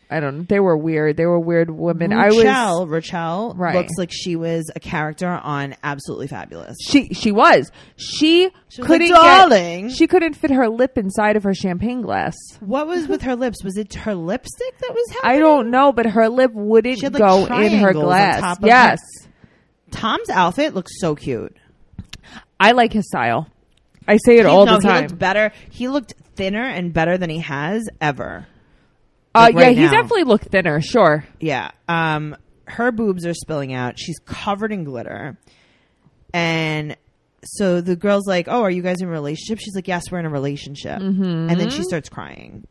Speaker 2: I don't. They were weird. They were weird women. I was.
Speaker 1: Rochelle, Rochelle
Speaker 2: Right.
Speaker 1: looks like she was a character on Absolutely Fabulous.
Speaker 2: She she was. She,
Speaker 1: was like,
Speaker 2: couldn't get-
Speaker 1: "Darling."
Speaker 2: she couldn't fit her lip inside of her champagne glass.
Speaker 1: What was with her lips? Was it her lipstick that was happening?
Speaker 2: I don't know, but her lip wouldn't
Speaker 1: She had, like,
Speaker 2: go in her
Speaker 1: triangles on
Speaker 2: glass.
Speaker 1: top of her-
Speaker 2: yes,
Speaker 1: Tom's outfit looks so cute.
Speaker 2: I like his style. I say it
Speaker 1: He-
Speaker 2: all
Speaker 1: no,
Speaker 2: the
Speaker 1: He
Speaker 2: time.
Speaker 1: looked better. He looked thinner and better than he has ever.
Speaker 2: Uh,
Speaker 1: like,
Speaker 2: yeah,
Speaker 1: right
Speaker 2: he
Speaker 1: now.
Speaker 2: definitely looked thinner. Sure.
Speaker 1: Yeah. Um, her boobs are spilling out. She's covered in glitter. And so the girl's like, Oh, are you guys in a relationship? She's like, Yes, we're in a relationship. And
Speaker 2: Mm-hmm.
Speaker 1: then she starts crying.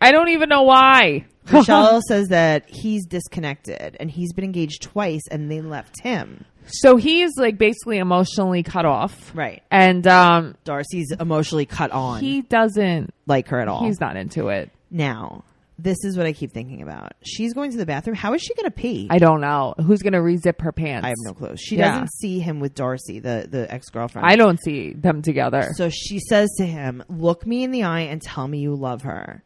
Speaker 2: I don't even know why.
Speaker 1: Michelle says that he's disconnected and he's been engaged twice and they left him.
Speaker 2: so he is like basically emotionally cut off,
Speaker 1: Right.
Speaker 2: and um,
Speaker 1: Darcy's emotionally cut on
Speaker 2: he doesn't.
Speaker 1: like her at all.
Speaker 2: He's not into it.
Speaker 1: now, this is what I keep thinking about. She's going to the bathroom. How is she going to pee?
Speaker 2: I don't know who's gonna rezip her pants.
Speaker 1: I have no clue. She
Speaker 2: Yeah.
Speaker 1: doesn't see him with Darcy, the, the ex girlfriend.
Speaker 2: I don't see them together.
Speaker 1: So she says to him, Look me in the eye and tell me you love her.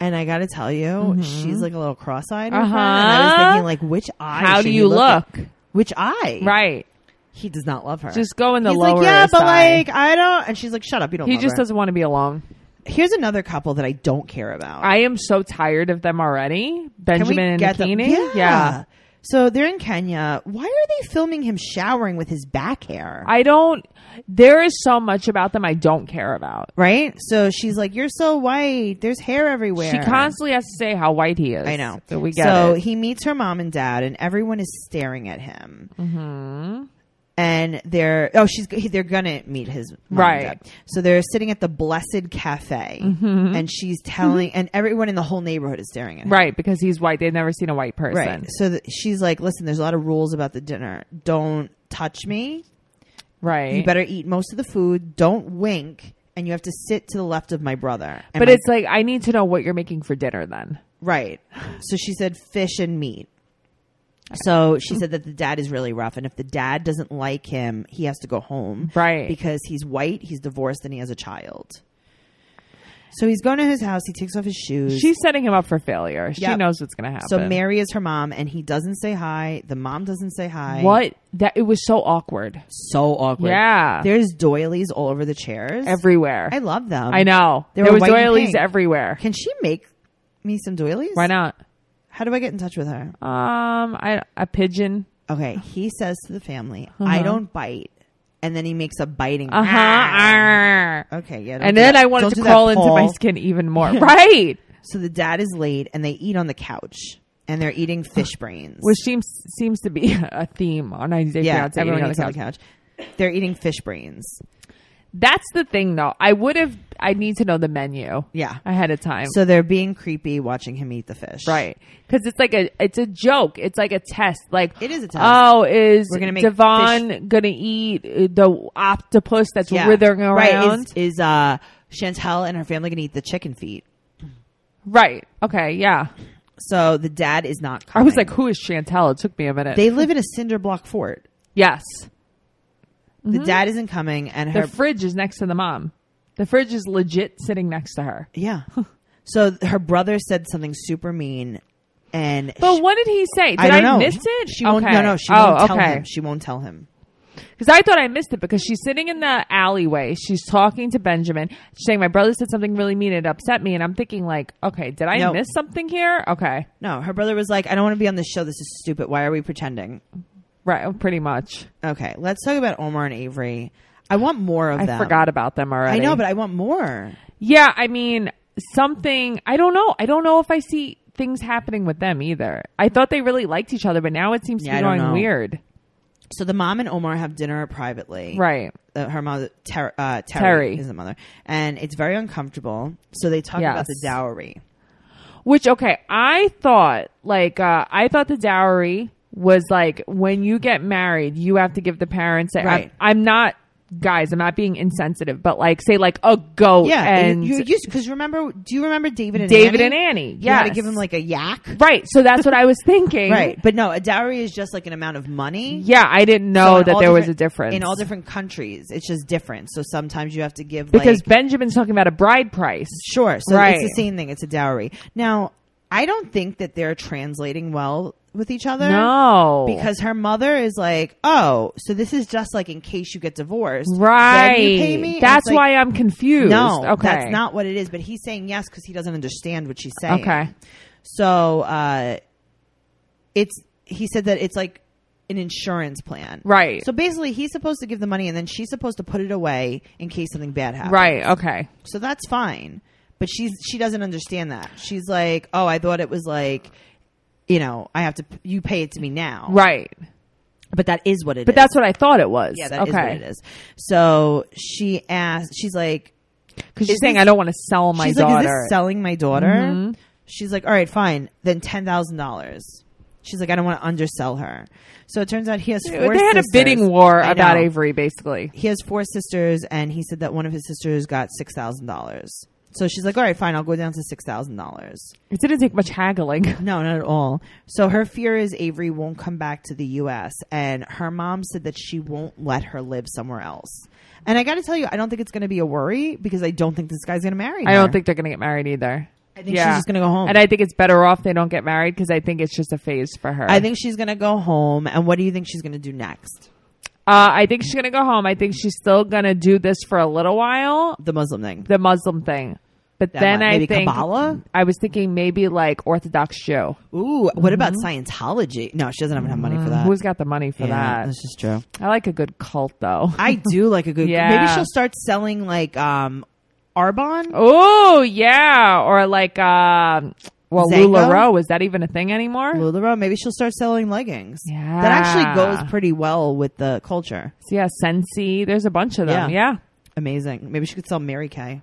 Speaker 1: And I gotta tell you, she's like a little cross eyed. And I was
Speaker 2: Mm-hmm. Uh-huh.
Speaker 1: thinking, like, which eye?
Speaker 2: How
Speaker 1: should
Speaker 2: do
Speaker 1: he
Speaker 2: you
Speaker 1: at?
Speaker 2: look?
Speaker 1: Which eye?
Speaker 2: Right.
Speaker 1: He does not love her.
Speaker 2: Just go in the
Speaker 1: He's
Speaker 2: lower
Speaker 1: like, yeah, but
Speaker 2: side."
Speaker 1: like, I don't. And she's like, shut up, you don't.
Speaker 2: He
Speaker 1: love
Speaker 2: just
Speaker 1: her."
Speaker 2: doesn't want to be alone.
Speaker 1: Here's another couple that I don't care about.
Speaker 2: I am so tired of them already.
Speaker 1: Can we
Speaker 2: Benjamin and
Speaker 1: get them-
Speaker 2: Nakini.
Speaker 1: Yeah. So they're in Kenya. Why are they filming him showering with his back hair?
Speaker 2: I don't there is so much about them I don't care about.
Speaker 1: right. So she's like, "You're so white. There's hair everywhere."
Speaker 2: She constantly has to say how white he is.
Speaker 1: I know.
Speaker 2: So we get
Speaker 1: So
Speaker 2: it.
Speaker 1: he meets her mom and dad, and everyone is staring at him. Mm-hmm. And they're oh, she's he- they're gonna meet his mom and
Speaker 2: Right. Mm-hmm.
Speaker 1: dad. So they're sitting at the Blessed Cafe, and she's telling, and everyone in the whole neighborhood is staring at him.
Speaker 2: Right, because he's white. They've never seen a white person.
Speaker 1: Right. So th- she's like, "Listen, there's a lot of rules about the dinner. Don't touch me.
Speaker 2: Right.
Speaker 1: You better eat most of the food. Don't wink." And you have to sit to the left of my brother. And
Speaker 2: but
Speaker 1: my-
Speaker 2: it's like I need to know what you're making for dinner then.
Speaker 1: Right. So she said fish and meat. So she said that the dad is really rough, and if the dad doesn't like him, he has to go home.
Speaker 2: Right.
Speaker 1: Because he's white, he's divorced, and he has a child. So he's going to his house. He takes off his shoes.
Speaker 2: She's setting him up for failure. She
Speaker 1: Yep.
Speaker 2: knows what's gonna happen.
Speaker 1: so Mary is her mom, and he doesn't say hi. The mom doesn't say hi.
Speaker 2: what that it was so awkward.
Speaker 1: So awkward.
Speaker 2: Yeah.
Speaker 1: There's doilies all over the chairs.
Speaker 2: Everywhere.
Speaker 1: I love them.
Speaker 2: I know.
Speaker 1: They
Speaker 2: There,
Speaker 1: were
Speaker 2: was
Speaker 1: white and
Speaker 2: doilies
Speaker 1: pink.
Speaker 2: everywhere.
Speaker 1: Can she make me some doilies?
Speaker 2: Why not?
Speaker 1: How do I get in touch with her?
Speaker 2: Um, I a pigeon.
Speaker 1: Okay,
Speaker 2: Uh-huh.
Speaker 1: he says to the family, "I don't bite," and then he makes a biting.
Speaker 2: Uh huh.
Speaker 1: Ah. Okay, yeah. don't
Speaker 2: And
Speaker 1: do
Speaker 2: then
Speaker 1: that.
Speaker 2: I wanted
Speaker 1: Don't
Speaker 2: to
Speaker 1: do that,
Speaker 2: crawl into
Speaker 1: Paul.
Speaker 2: my skin even more. right?
Speaker 1: So the dad is late, and they eat on the couch, and they're eating fish brains.
Speaker 2: Which seems seems to be a theme on 90 Day
Speaker 1: yeah,
Speaker 2: Fiancé.
Speaker 1: everyone
Speaker 2: eating on
Speaker 1: eats
Speaker 2: the
Speaker 1: on the
Speaker 2: couch.
Speaker 1: couch. They're eating fish brains.
Speaker 2: That's the thing, though. I would have. I need to know the menu.
Speaker 1: Yeah.
Speaker 2: ahead of time.
Speaker 1: So they're being creepy, watching him eat the fish.
Speaker 2: Right, because it's like a it's a joke. It's like a test. Like
Speaker 1: It is a test.
Speaker 2: Oh, is
Speaker 1: We're gonna make
Speaker 2: Devon gonna eat uh, the octopus that's
Speaker 1: Yeah.
Speaker 2: withering around?
Speaker 1: Right. Is, is uh, Chantel and her family gonna eat the chicken feet?
Speaker 2: Right. Okay. Yeah.
Speaker 1: So the dad is not.
Speaker 2: I
Speaker 1: Coming.
Speaker 2: was like, who is Chantel? It took me a minute.
Speaker 1: they live in a cinder block fort.
Speaker 2: yes. Mm-hmm.
Speaker 1: The dad isn't coming, and
Speaker 2: The
Speaker 1: her
Speaker 2: fridge is next to the mom. The fridge is legit sitting next to her.
Speaker 1: Yeah. so th- her brother said something super mean, and
Speaker 2: But
Speaker 1: she-
Speaker 2: what did he say? Did
Speaker 1: I don't know.
Speaker 2: miss it?
Speaker 1: She won't.
Speaker 2: Okay.
Speaker 1: No, no. She
Speaker 2: Oh,
Speaker 1: won't tell
Speaker 2: okay.
Speaker 1: him. She won't tell him.
Speaker 2: Because I thought I missed it because she's sitting in the alleyway. She's talking to Benjamin. She's saying, My brother said something really mean. It upset me. And I'm thinking, like, okay, did I
Speaker 1: No.
Speaker 2: miss something here? Okay.
Speaker 1: No, her brother was like, "I don't want to be on this show. This is stupid. Why are we pretending?"
Speaker 2: Right. oh, Pretty much.
Speaker 1: Okay, let's talk about Omar and Avery. I want more of
Speaker 2: I
Speaker 1: them.
Speaker 2: forgot about them
Speaker 1: I
Speaker 2: already.
Speaker 1: know, but I want more.
Speaker 2: yeah, I mean, something, I don't know. I don't know if I see things happening with them either. I thought they really liked each other, but now it seems
Speaker 1: Yeah, I
Speaker 2: to be
Speaker 1: don't
Speaker 2: going
Speaker 1: know.
Speaker 2: weird.
Speaker 1: So the mom and Omar have dinner privately.
Speaker 2: Right.
Speaker 1: Uh, her mother, Ter- uh, Terry,
Speaker 2: Terry.
Speaker 1: is the mother, and it's very uncomfortable. So they talk about
Speaker 2: Yes.
Speaker 1: the dowry.
Speaker 2: Which okay, I thought like uh, I thought the dowry was like when you get married, you have to give the parents. A,
Speaker 1: Right.
Speaker 2: I'm, I'm not guys. I'm not being insensitive, but like say like a goat
Speaker 1: Yeah,
Speaker 2: and
Speaker 1: you, you used because remember? Do you remember David and
Speaker 2: David
Speaker 1: Annie?
Speaker 2: and Annie.
Speaker 1: You had
Speaker 2: Yeah,
Speaker 1: to give him like a yak.
Speaker 2: right. So that's what I was thinking.
Speaker 1: Right. But no, a dowry is just like an amount of money.
Speaker 2: Yeah, I didn't
Speaker 1: So
Speaker 2: know
Speaker 1: in
Speaker 2: Oh, that
Speaker 1: all
Speaker 2: there was a
Speaker 1: different-
Speaker 2: difference
Speaker 1: In all different countries, it's just different. So sometimes you have to give
Speaker 2: because
Speaker 1: like,
Speaker 2: Benjamin's talking about a bride price.
Speaker 1: sure. So
Speaker 2: Right.
Speaker 1: it's the same thing. It's a dowry. Now, I don't think that they're translating well with each other.
Speaker 2: No.
Speaker 1: Because her mother is like, oh, so this is just like in case you get divorced. then you
Speaker 2: right.
Speaker 1: pay me? And it's
Speaker 2: That's
Speaker 1: like,
Speaker 2: why I'm confused.
Speaker 1: No,
Speaker 2: okay.
Speaker 1: that's not what it is. But he's saying yes because he doesn't understand what she's saying.
Speaker 2: Okay.
Speaker 1: So uh, it's he said that it's like an insurance plan.
Speaker 2: Right.
Speaker 1: So basically, he's supposed to give the money, and then she's supposed to put it away in case something bad happens.
Speaker 2: Right. Okay.
Speaker 1: So that's fine. But she's she doesn't understand that. She's like, oh, I thought it was like, you know, I have to you pay it to me now.
Speaker 2: Right.
Speaker 1: But that is what it is.
Speaker 2: But that's what I thought it was.
Speaker 1: yeah, that is
Speaker 2: okay.
Speaker 1: what it is. So she asked. She's like,
Speaker 2: Because she's
Speaker 1: Is
Speaker 2: saying,
Speaker 1: this-
Speaker 2: I don't want to sell my
Speaker 1: she's
Speaker 2: daughter. Mm-hmm.
Speaker 1: like, is this selling my daughter? She's like, all right, fine, then ten thousand dollars. She's like, I don't want to undersell her. So it turns out he has
Speaker 2: they
Speaker 1: four
Speaker 2: had a
Speaker 1: sisters.
Speaker 2: bidding war
Speaker 1: I
Speaker 2: about
Speaker 1: know.
Speaker 2: Avery, basically.
Speaker 1: He has four sisters, and he said that one of his sisters got six thousand dollars. So she's like, all right, fine, I'll go down to six thousand dollars.
Speaker 2: It didn't take much haggling.
Speaker 1: No, not at all. So her fear is Avery won't come back to the U.S. and her mom said that she won't let her live somewhere else. And I got to tell you, I don't think it's going to be a worry because I don't think this guy's going to marry.
Speaker 2: I don't
Speaker 1: her.
Speaker 2: think they're going to get married either.
Speaker 1: I think she's just going to go home.
Speaker 2: And I think it's better off they don't get married because I think it's just a phase for her.
Speaker 1: I think she's going to go home. And what do you think she's going to do next?
Speaker 2: uh, I think she's going to go home. I think she's still going to do this for a little while,
Speaker 1: The Muslim thing.
Speaker 2: the Muslim thing. But
Speaker 1: That
Speaker 2: then
Speaker 1: might- maybe
Speaker 2: I think
Speaker 1: Kabbalah?
Speaker 2: I was thinking maybe like Orthodox Jew.
Speaker 1: Ooh, what about Scientology? No, she doesn't even have money for that.
Speaker 2: Mm-hmm. Who's got the money for
Speaker 1: Uh, yeah,
Speaker 2: that?
Speaker 1: That's just true.
Speaker 2: I like a good cult though.
Speaker 1: I do like a good.
Speaker 2: Yeah.
Speaker 1: Maybe she'll start selling like um Arbon.
Speaker 2: Oh yeah, or like um, well,
Speaker 1: Zango?
Speaker 2: Lularoe is that even a thing anymore?
Speaker 1: LuLaRoe. Maybe she'll start selling leggings.
Speaker 2: Yeah.
Speaker 1: That actually goes pretty well with the culture.
Speaker 2: So, yeah, Sensi. There's a bunch of them.
Speaker 1: Yeah.
Speaker 2: Yeah.
Speaker 1: Amazing. Maybe she could sell Mary Kay.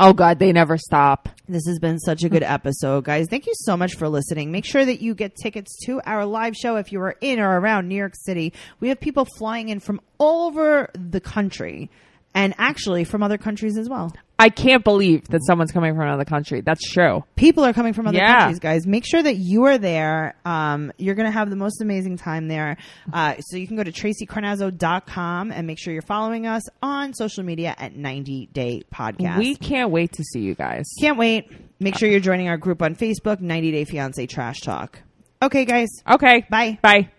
Speaker 2: Oh God, they never stop.
Speaker 1: This has been such a good episode, guys. Thank you so much for listening. Make sure that you get tickets to our live show if you are in or around New York City. We have people flying in from all over the country and actually from other countries as well.
Speaker 2: I can't believe that someone's coming from another country. That's true.
Speaker 1: people are coming from other
Speaker 2: Yeah.
Speaker 1: countries guys make sure that you are there um, you're going to have the most amazing time there uh, so you can go to tracycarnazzo.com and make sure you're following us on social media at 90 day podcast
Speaker 2: We can't wait to see you guys.
Speaker 1: can't wait make sure you're joining our group on facebook 90 day fiance trash talk okay guys
Speaker 2: Okay.
Speaker 1: Bye.
Speaker 2: Bye.